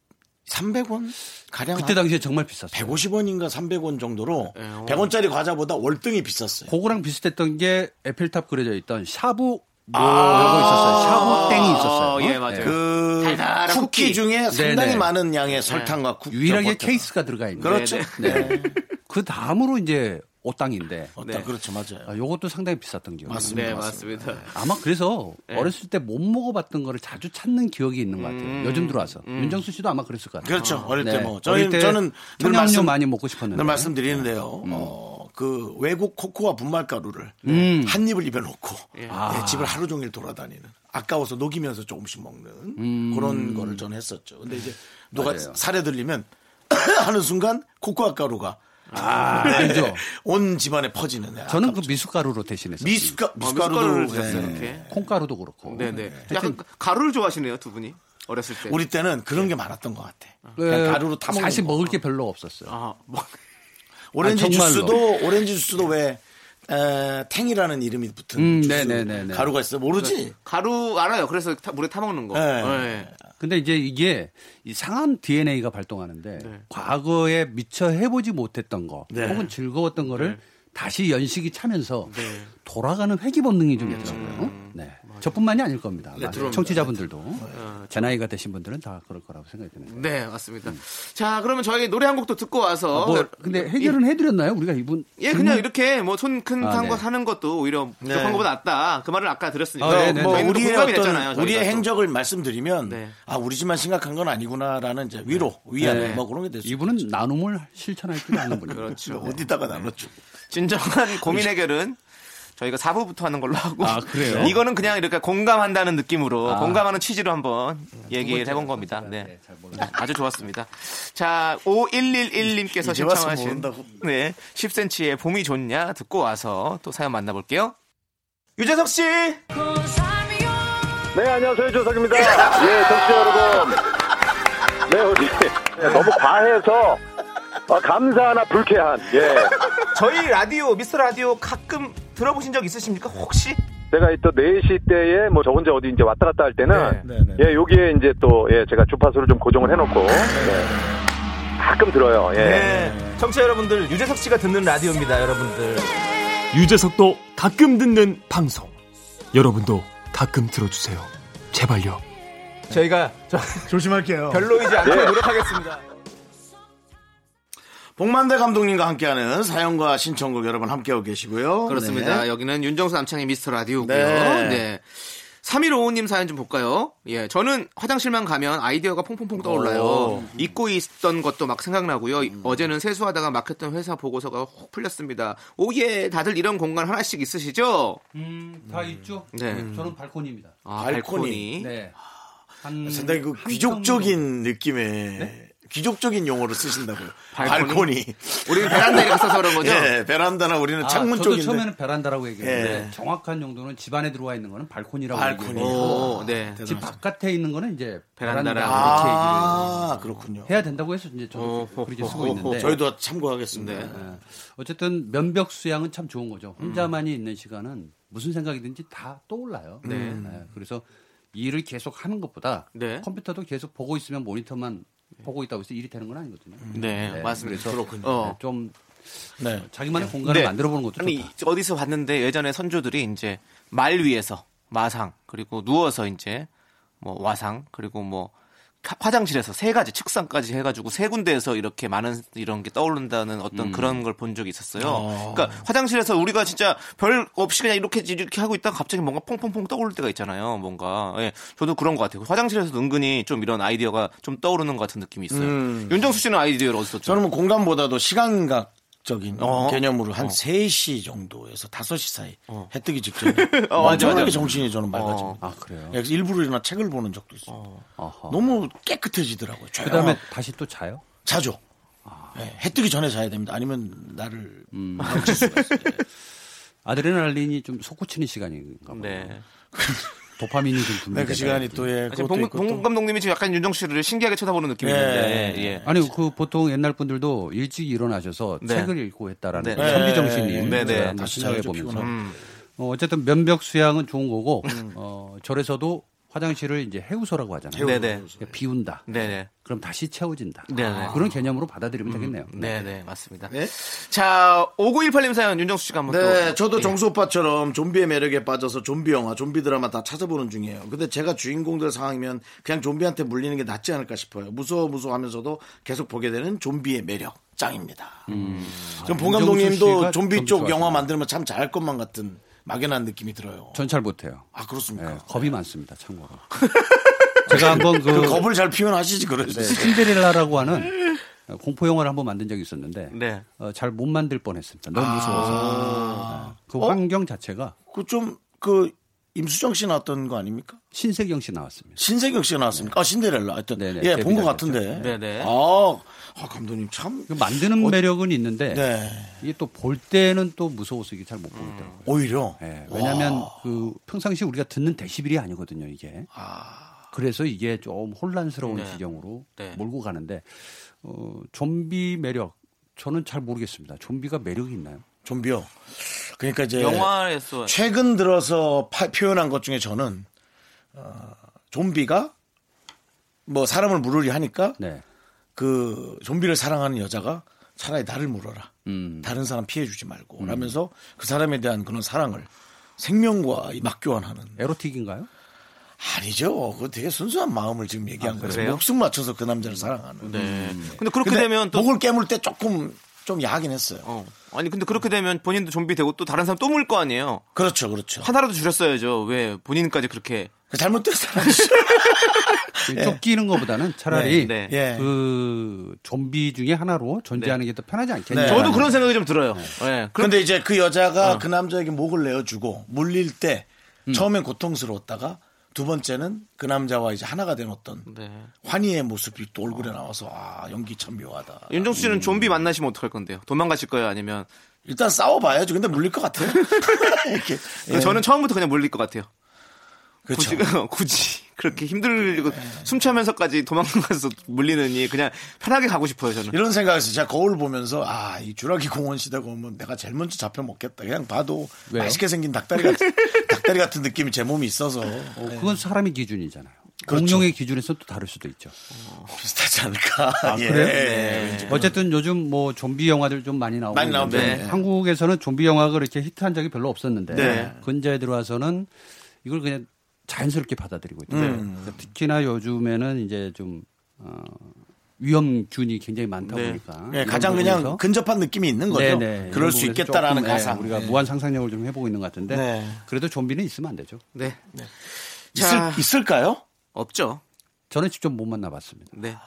Speaker 3: 300원
Speaker 4: 아.
Speaker 3: 가량.
Speaker 15: 그때 당시에 정말 비쌌어요.
Speaker 3: 150원인가 300원 정도로
Speaker 15: 어.
Speaker 3: 100원짜리 과자보다 월등히 비쌌어요.
Speaker 15: 그거랑 비슷했던 게 에펠탑 그려져 있던 샤브 뭐
Speaker 4: 아.
Speaker 15: 요거 있었어요. 샤브 땡이 있었어요. 네.
Speaker 3: 어, 예, 맞아요. 그 달달한 쿠키 네. 쿠키. 중에 상당히 많은 양의 설탕과 쿠-
Speaker 15: 유일하게
Speaker 3: 저거-
Speaker 15: 케이스가 들어가 있는.
Speaker 3: 그렇죠.
Speaker 15: 네. 그 다음으로 이제 오땅인데. 네.
Speaker 3: 오땅, 그렇죠, 맞아요.
Speaker 15: 요것도 상당히 비쌌던 기억이
Speaker 4: 맞습니다. 네,
Speaker 15: 나요.
Speaker 4: 맞습니다.
Speaker 15: 아마 그래서
Speaker 4: 네.
Speaker 15: 어렸을 때 못 먹어봤던 거를 자주 찾는 기억이 있는 것 같아요.
Speaker 4: 음,
Speaker 15: 요즘 들어와서
Speaker 4: 음.
Speaker 15: 윤정수 씨도 아마 그랬을 것 같아요.
Speaker 3: 그렇죠. 어릴 때
Speaker 15: 네.
Speaker 3: 뭐.
Speaker 15: 어릴
Speaker 3: 저는,
Speaker 15: 때
Speaker 3: 저는 늘
Speaker 15: 청량료
Speaker 3: 말씀-
Speaker 15: 많이 먹고 싶었는데.
Speaker 3: 늘 말씀드리는데요. 어, 그 외국 코코아 분말가루를
Speaker 15: 음.
Speaker 3: 한 입을 입에 넣고
Speaker 15: 예.
Speaker 3: 예,
Speaker 15: 아.
Speaker 3: 집을 하루 종일 돌아다니는 아까워서 녹이면서 조금씩 먹는
Speaker 15: 음.
Speaker 3: 그런 거를 저는 했었죠. 근데 이제 누가
Speaker 15: 맞아요.
Speaker 3: 살에 들리면 하는 순간 코코아 가루가
Speaker 15: 아,
Speaker 3: 네.
Speaker 15: 알죠.
Speaker 3: 온 집안에 퍼지는 아, 애.
Speaker 15: 저는 그 미숫가루로 대신해서.
Speaker 3: 미숫가-
Speaker 4: 아,
Speaker 3: 예.
Speaker 4: 미숫가루를
Speaker 3: 네.
Speaker 4: 드셨어요, 예. 이렇게?
Speaker 15: 콩가루도 그렇고.
Speaker 4: 네네.
Speaker 15: 하여튼
Speaker 4: 약간 가루를 좋아하시네요, 두 분이. 어렸을 때.
Speaker 3: 우리 때는
Speaker 4: 예.
Speaker 3: 그런 게 많았던 것 같아.
Speaker 15: 네,
Speaker 3: 그냥 가루로 타먹는
Speaker 15: 사실
Speaker 3: 거.
Speaker 15: 먹을 게 별로 없었어요.
Speaker 4: 아, 뭐
Speaker 3: 오렌지
Speaker 15: 아니, 정말로.
Speaker 3: 주스도 오렌지 주스도 왜 에, 탱이라는 이름이 붙은
Speaker 15: 음,
Speaker 3: 주스
Speaker 15: 네네네네.
Speaker 3: 가루가 있어 모르지?
Speaker 4: 가루 알아요. 그래서 타- 물에 타먹는 거.
Speaker 15: 네. 근데 이제 이게 이상한 DNA가 발동하는데
Speaker 4: 네.
Speaker 15: 과거에 미처 해보지 못했던 거
Speaker 7: 네.
Speaker 15: 혹은 즐거웠던 거를
Speaker 4: 네.
Speaker 15: 다시 연식이 차면서 돌아가는 회귀 본능이 좀 있더라고요. 네. 저뿐만이 아닐 겁니다.
Speaker 4: 음. 네,
Speaker 15: 아마
Speaker 4: 들어옵니다.
Speaker 15: 청취자분들도
Speaker 4: 어,
Speaker 15: 제 나이가 되신 분들은 다 그럴 거라고 생각이 듭니다.
Speaker 4: 네, 맞습니다. 자, 그러면 저희 노래 한 곡도 듣고 와서.
Speaker 15: 뭐 근데 해결은 해드렸나요? 우리가 이분
Speaker 4: 어, 네. 예,
Speaker 15: 질문-
Speaker 4: 그냥 이렇게 뭐 손 큰
Speaker 15: 아,
Speaker 4: 상거
Speaker 15: 네.
Speaker 4: 하는 것도 오히려
Speaker 3: 네.
Speaker 4: 부족한 것보다 낫다. 그 말을 아까 들었으니까.
Speaker 3: 아, 네, 네, 뭐
Speaker 4: 저희는 또
Speaker 3: 우리의
Speaker 4: 공감이
Speaker 3: 어떤
Speaker 4: 됐잖아요. 저희가
Speaker 3: 우리의
Speaker 4: 또. 네.
Speaker 3: 행적을 말씀드리면 아 우리 집만 심각한 건 아니구나라는 이제 위로 위안 뭐 그런 게 됐어요.
Speaker 15: 네. 이분은 네. 나눔을 실천할 줄 아는 분이에요.
Speaker 4: 그렇죠.
Speaker 3: 어디다가 나눴죠?
Speaker 4: 진정한 고민 해결은 저희가 4부부터 하는 걸로 하고.
Speaker 15: 아, 그래요?
Speaker 4: 이거는 그냥 이렇게 공감한다는 느낌으로,
Speaker 15: 아. 예,
Speaker 4: 공감하는 취지로 한번 얘기를 해본 겁니다. 네. 아주 좋았습니다. 자, 5111님께서
Speaker 3: 이제 와서
Speaker 4: 신청하신
Speaker 3: 모른다고.
Speaker 4: 네, 10cm의 봄이 좋냐 듣고 와서 또 사연 만나볼게요. 유재석 씨!
Speaker 16: 네, 안녕하세요. 조석입니다. 예, 정치 여러분. 네, 우리. 너무 과해서. 아, 감사하나 불쾌한. 예.
Speaker 4: 저희 라디오, 미스 라디오 가끔 들어보신 적 있으십니까? 혹시?
Speaker 16: 제가 또 4시 때에 뭐 저 혼자 어디 이제 왔다 갔다 할 때는.
Speaker 4: 네.
Speaker 16: 예, 여기에 이제 또, 예, 제가 주파수를 좀 고정을 해놓고. 예. 가끔 들어요. 예.
Speaker 4: 네. 청취자 여러분들, 유재석 씨가 듣는 라디오입니다, 여러분들.
Speaker 17: 유재석도 가끔 듣는 방송. 여러분도 가끔 들어주세요. 제발요.
Speaker 4: 저희가
Speaker 3: 조심할게요.
Speaker 4: 별로이지 않게 노력하겠습니다.
Speaker 3: 복만대 감독님과 함께하는 사연과 신청곡 여러분 함께하고 계시고요.
Speaker 4: 그렇습니다.
Speaker 3: 네.
Speaker 4: 여기는 윤정수 남창의 미스터 라디오고요.
Speaker 3: 네.
Speaker 4: 네. 3155님 사연 좀 볼까요? 예, 저는 화장실만 가면 아이디어가 퐁퐁퐁 떠올라요.
Speaker 3: 오. 음.
Speaker 4: 잊고 있던 것도 막 생각나고요. 어제는 세수하다가 막혔던 회사 보고서가 혹 풀렸습니다. 오예, 다들 이런 공간 하나씩 있으시죠?
Speaker 15: 음, 다 있죠.
Speaker 4: 네.
Speaker 15: 저는 발코니입니다.
Speaker 4: 아, 발코니.
Speaker 15: 네.
Speaker 3: 상당히
Speaker 15: 음,
Speaker 3: 그 귀족적인 느낌의
Speaker 15: 네?
Speaker 3: 귀족적인 용어를 쓰신다고요.
Speaker 15: 발코니?
Speaker 3: 발코니.
Speaker 15: 우리는 베란다에 갔어서
Speaker 4: 그런 거죠?
Speaker 3: 예, 베란다나 우리는
Speaker 15: 아,
Speaker 3: 창문
Speaker 15: 저도
Speaker 3: 쪽인데.
Speaker 15: 처음에는 베란다라고 얘기했는데
Speaker 3: 예.
Speaker 15: 정확한 용도는 집 안에 들어와 있는 거는 발코니라고
Speaker 3: 발코니.
Speaker 15: 얘기해요.
Speaker 3: 오, 네.
Speaker 15: 집 바깥에 있는 거는 이제 베란다라고
Speaker 3: 베란다라고.
Speaker 15: 이렇게
Speaker 3: 아,
Speaker 15: 얘기를
Speaker 3: 그렇군요.
Speaker 15: 해야 된다고 해서 이제 저도 그렇게 쓰고 있는데
Speaker 3: 저희도 참고하겠습니다.
Speaker 15: 네. 어쨌든 면벽 수양은 참 좋은 거죠. 혼자만이 있는 시간은 무슨 생각이든지 다 떠올라요.
Speaker 4: 네.
Speaker 15: 그래서 일을 계속 하는 것보다
Speaker 4: 네.
Speaker 15: 컴퓨터도 계속 보고 있으면 모니터만 보고 있다고 해서 일이 되는 건 아니거든요.
Speaker 4: 네, 맞습니다.
Speaker 15: 그래서
Speaker 4: 그렇군요.
Speaker 15: 네, 좀 자기만의 공간을 만들어 보는 것도
Speaker 4: 아니,
Speaker 15: 좋다.
Speaker 4: 어디서 봤는데 예전에 선조들이 이제 말 위에서 마상 그리고 누워서 이제 뭐 와상 그리고 뭐 화- 화장실에서 세 가지 측상까지 해가지고 세 군데에서 이렇게 많은 이런 게 떠오른다는 어떤
Speaker 7: 음.
Speaker 4: 그런 걸 본 적이 있었어요.
Speaker 7: 어.
Speaker 4: 그러니까 화장실에서 우리가 진짜 별 없이 그냥 이렇게 이렇게 하고 있다가 갑자기 뭔가 퐁퐁퐁 떠오를 때가 있잖아요. 뭔가 예, 저도 그런 것 같아요. 화장실에서 은근히 좀 이런 아이디어가 좀 떠오르는 것 같은 느낌이 있어요.
Speaker 3: 음.
Speaker 4: 윤정수 씨는 아이디어를 어디서 좀
Speaker 3: 저는 뭐 공간보다도 시간각적인
Speaker 4: 어.
Speaker 3: 개념으로 한
Speaker 4: 어.
Speaker 3: 3시 정도에서 5시 사이 해 뜨기 직전에
Speaker 4: 어, 맞아,
Speaker 3: 엄청나게
Speaker 4: 맞아.
Speaker 3: 정신이 저는 맑아집니다.
Speaker 15: 아, 어. 그래요?
Speaker 3: 예, 그래서 일부러 일어나 책을 보는
Speaker 15: 그
Speaker 3: 적도 있어요. 너무 깨끗해지더라고요.
Speaker 15: 그다음에 다시 또 자요?
Speaker 3: 자죠. 예, 해 뜨기 전에 자야 됩니다. 아니면 나를 망칠 수가 있어요.
Speaker 15: 아드레날린이 좀 솟구치는 시간인가 봐요.
Speaker 4: 네.
Speaker 15: 도파민이 좀 분비가
Speaker 3: 네, 그 시간이 또 네. 예,
Speaker 4: 지금 봉, 봉 감독님이 지금 약간 윤정 씨를 신기하게 쳐다보는 느낌이 있는데 예.
Speaker 15: 아니 그 보통 옛날 분들도 일찍 일어나셔서
Speaker 4: 네.
Speaker 15: 책을 읽고
Speaker 4: 네.
Speaker 15: 했다라는 네. 현비 정신이
Speaker 4: 네, 네,
Speaker 15: 있는
Speaker 4: 네.
Speaker 15: 거를 한번
Speaker 4: 다시
Speaker 15: 생각해
Speaker 4: 자유롭게
Speaker 15: 보면서
Speaker 4: 피곤하고. 음.
Speaker 15: 어, 어쨌든 면벽 수양은 좋은 거고 어, 절에서도 화장실을 이제 해우소라고 하잖아요.
Speaker 4: 네, 네.
Speaker 15: 그러니까 비운다. 그럼 다시 채워진다.
Speaker 4: 네, 네.
Speaker 15: 그런 개념으로 받아들이면 되겠네요.
Speaker 4: 네, 네, 맞습니다. 자, 5918님 사연 윤정수 씨가 한번
Speaker 3: 네,
Speaker 4: 또.
Speaker 3: 저도
Speaker 4: 예.
Speaker 3: 정수 오빠처럼 좀비의 매력에 빠져서 좀비 영화, 좀비 드라마 다 찾아보는 중이에요. 근데 제가 주인공들 상황이면 그냥 좀비한테 물리는 게 낫지 않을까 싶어요. 무서워 무서워 하면서 계속 보게 되는 좀비의 매력. 짱입니다.
Speaker 15: 음. 아,
Speaker 3: 전본 감독님도 좀비 쪽 영화 만들면 참 잘할 것만 같은 막연한 느낌이 들어요.
Speaker 15: 전잘 못해요. 네,
Speaker 3: 아 그렇습니까?
Speaker 15: 겁이
Speaker 4: 네.
Speaker 15: 많습니다. 참고로. 제가 한번 그, 네.
Speaker 3: 그 겁을 잘 표현하시지 그러세요.
Speaker 15: 신데렐라라고 하는 공포 영화를 한번 만든 적이 있었는데 어,
Speaker 4: 네.
Speaker 15: 잘 못 만들 뻔했습니다. 너무 무서워서
Speaker 3: 아.
Speaker 15: 네. 그 환경 자체가
Speaker 3: 그좀그 임수정 씨 나왔던 거 아닙니까?
Speaker 15: 신세경 씨 나왔습니다.
Speaker 3: 신세경 씨가 나왔습니까? 아 신데렐라. 하여튼
Speaker 15: 네,
Speaker 3: 예, 본 것
Speaker 15: 데뷔작이었죠.
Speaker 3: 같은데.
Speaker 15: 네, 네.
Speaker 3: 아, 아, 감독님 참
Speaker 15: 그 만드는 매력은 있는데
Speaker 3: 네.
Speaker 15: 이게 또 볼 때는 또 무서워서 이게 잘 못 보더라고요.
Speaker 3: 오히려
Speaker 15: 네, 왜냐하면 그 평상시 우리가 듣는 데시벨이 아니거든요 이게. 그래서 이게 좀 혼란스러운
Speaker 4: 네.
Speaker 15: 지경으로
Speaker 4: 네.
Speaker 15: 몰고 가는데 어, 좀비 매력 저는 잘 모르겠습니다. 좀비가 매력이 있나요?
Speaker 3: 좀비요. 그러니까 이제
Speaker 4: 영화에서
Speaker 3: 최근 들어서 파- 표현한 것 중에 저는 어, 좀비가 뭐 사람을 물으려 하니까
Speaker 4: 네.
Speaker 15: 네.
Speaker 3: 그 좀비를 사랑하는 여자가 차라리 나를 물어라.
Speaker 4: 음.
Speaker 3: 다른 사람 피해 주지 말고 라면서 그 사람에 대한 그런 사랑을 생명과 이 맞교환하는
Speaker 15: 에로틱인가요?
Speaker 3: 아니죠. 그 되게 순수한 마음을 지금 얘기한
Speaker 4: 아,
Speaker 3: 거예요.
Speaker 4: 그래요?
Speaker 3: 목숨 맞춰서 그 남자를 사랑하는.
Speaker 4: 네.
Speaker 3: 음.
Speaker 4: 근데 그렇게 되면
Speaker 3: 목을 깨물 때 조금 좀 야하긴 했어요.
Speaker 4: 아니 근데 그렇게 되면 본인도 좀비 되고 또 다른 사람 또 물 거 아니에요.
Speaker 3: 그렇죠, 그렇죠.
Speaker 4: 하나라도 줄였어야죠. 왜 본인까지 그렇게
Speaker 3: 잘못된 사람.
Speaker 15: 그 쫓기는 것보다는 차라리
Speaker 4: 네,
Speaker 3: 예. 네.
Speaker 15: 그 좀비 중에 하나로 존재하는 게 더 편하지
Speaker 3: 네.
Speaker 15: 않겠냐.
Speaker 4: 저도 그런 생각이 좀 들어요.
Speaker 3: 그런데 이제 그 여자가
Speaker 15: 어.
Speaker 3: 그 남자에게 목을 내어주고 물릴 때 처음엔 고통스러웠다가 두 번째는 그 남자와 이제 하나가 된 어떤
Speaker 4: 네.
Speaker 3: 환희의 모습이 또 얼굴에 나와서 아 연기 참 묘하다.
Speaker 4: 윤정수
Speaker 3: 음.
Speaker 4: 씨는 좀비 만나시면 어떡할 건데요? 도망가실 거예요? 아니면
Speaker 3: 일단 싸워봐야죠. 근데 물릴 것 같아요. 이렇게.
Speaker 15: 네,
Speaker 3: 예.
Speaker 4: 저는 처음부터 그냥 물릴 것 같아요.
Speaker 3: 그렇죠.
Speaker 4: 굳이, 굳이 그렇게 힘들고 숨차면서까지 도망가서 물리느니 그냥 편하게 가고 싶어요 저는.
Speaker 3: 이런 생각에서 제가 거울 보면서 아 이 주라기 공원 시대가 오면 내가 제일 먼저 잡혀 먹겠다. 그냥 봐도
Speaker 15: 왜요?
Speaker 3: 맛있게 생긴 닭다리 같은 닭다리 같은 느낌이 제 몸에 있어서
Speaker 15: 그건 사람의 기준이잖아요.
Speaker 3: 네. 그렇죠.
Speaker 15: 공룡의 기준에서 또 다를 수도 있죠.
Speaker 3: 비슷하지 않을까.
Speaker 15: 아,
Speaker 3: 예.
Speaker 15: 그래요?
Speaker 3: 네.
Speaker 15: 어쨌든 요즘 뭐 좀비 영화들 좀 많이 나오고
Speaker 3: 많이 나오죠.
Speaker 15: 있는데
Speaker 3: 네.
Speaker 15: 한국에서는 좀비 영화가 그렇게 히트한 적이 별로 없었는데
Speaker 3: 네.
Speaker 15: 근자에 들어와서는 이걸 그냥 자연스럽게 받아들이고 있다.
Speaker 3: 음.
Speaker 15: 그러니까 특히나 요즘에는 이제 좀 어, 위험균이 굉장히 많다
Speaker 3: 네.
Speaker 15: 보니까
Speaker 3: 네,
Speaker 15: 어? 이런
Speaker 3: 가장
Speaker 15: 부분에서
Speaker 3: 그냥 근접한 느낌이 있는 거죠.
Speaker 15: 네네.
Speaker 3: 그럴 수
Speaker 15: 이런 부분에서
Speaker 3: 있겠다라는
Speaker 15: 조금, 예,
Speaker 3: 가상.
Speaker 15: 우리가
Speaker 3: 네.
Speaker 15: 무한 상상력을 좀 해보고 있는 것 같은데
Speaker 3: 네.
Speaker 15: 그래도 좀비는 있으면 안 되죠.
Speaker 4: 네. 자.
Speaker 15: 있을,
Speaker 3: 있을까요?
Speaker 4: 없죠.
Speaker 15: 저는 직접 못 만나봤습니다.
Speaker 4: 네.
Speaker 3: 아.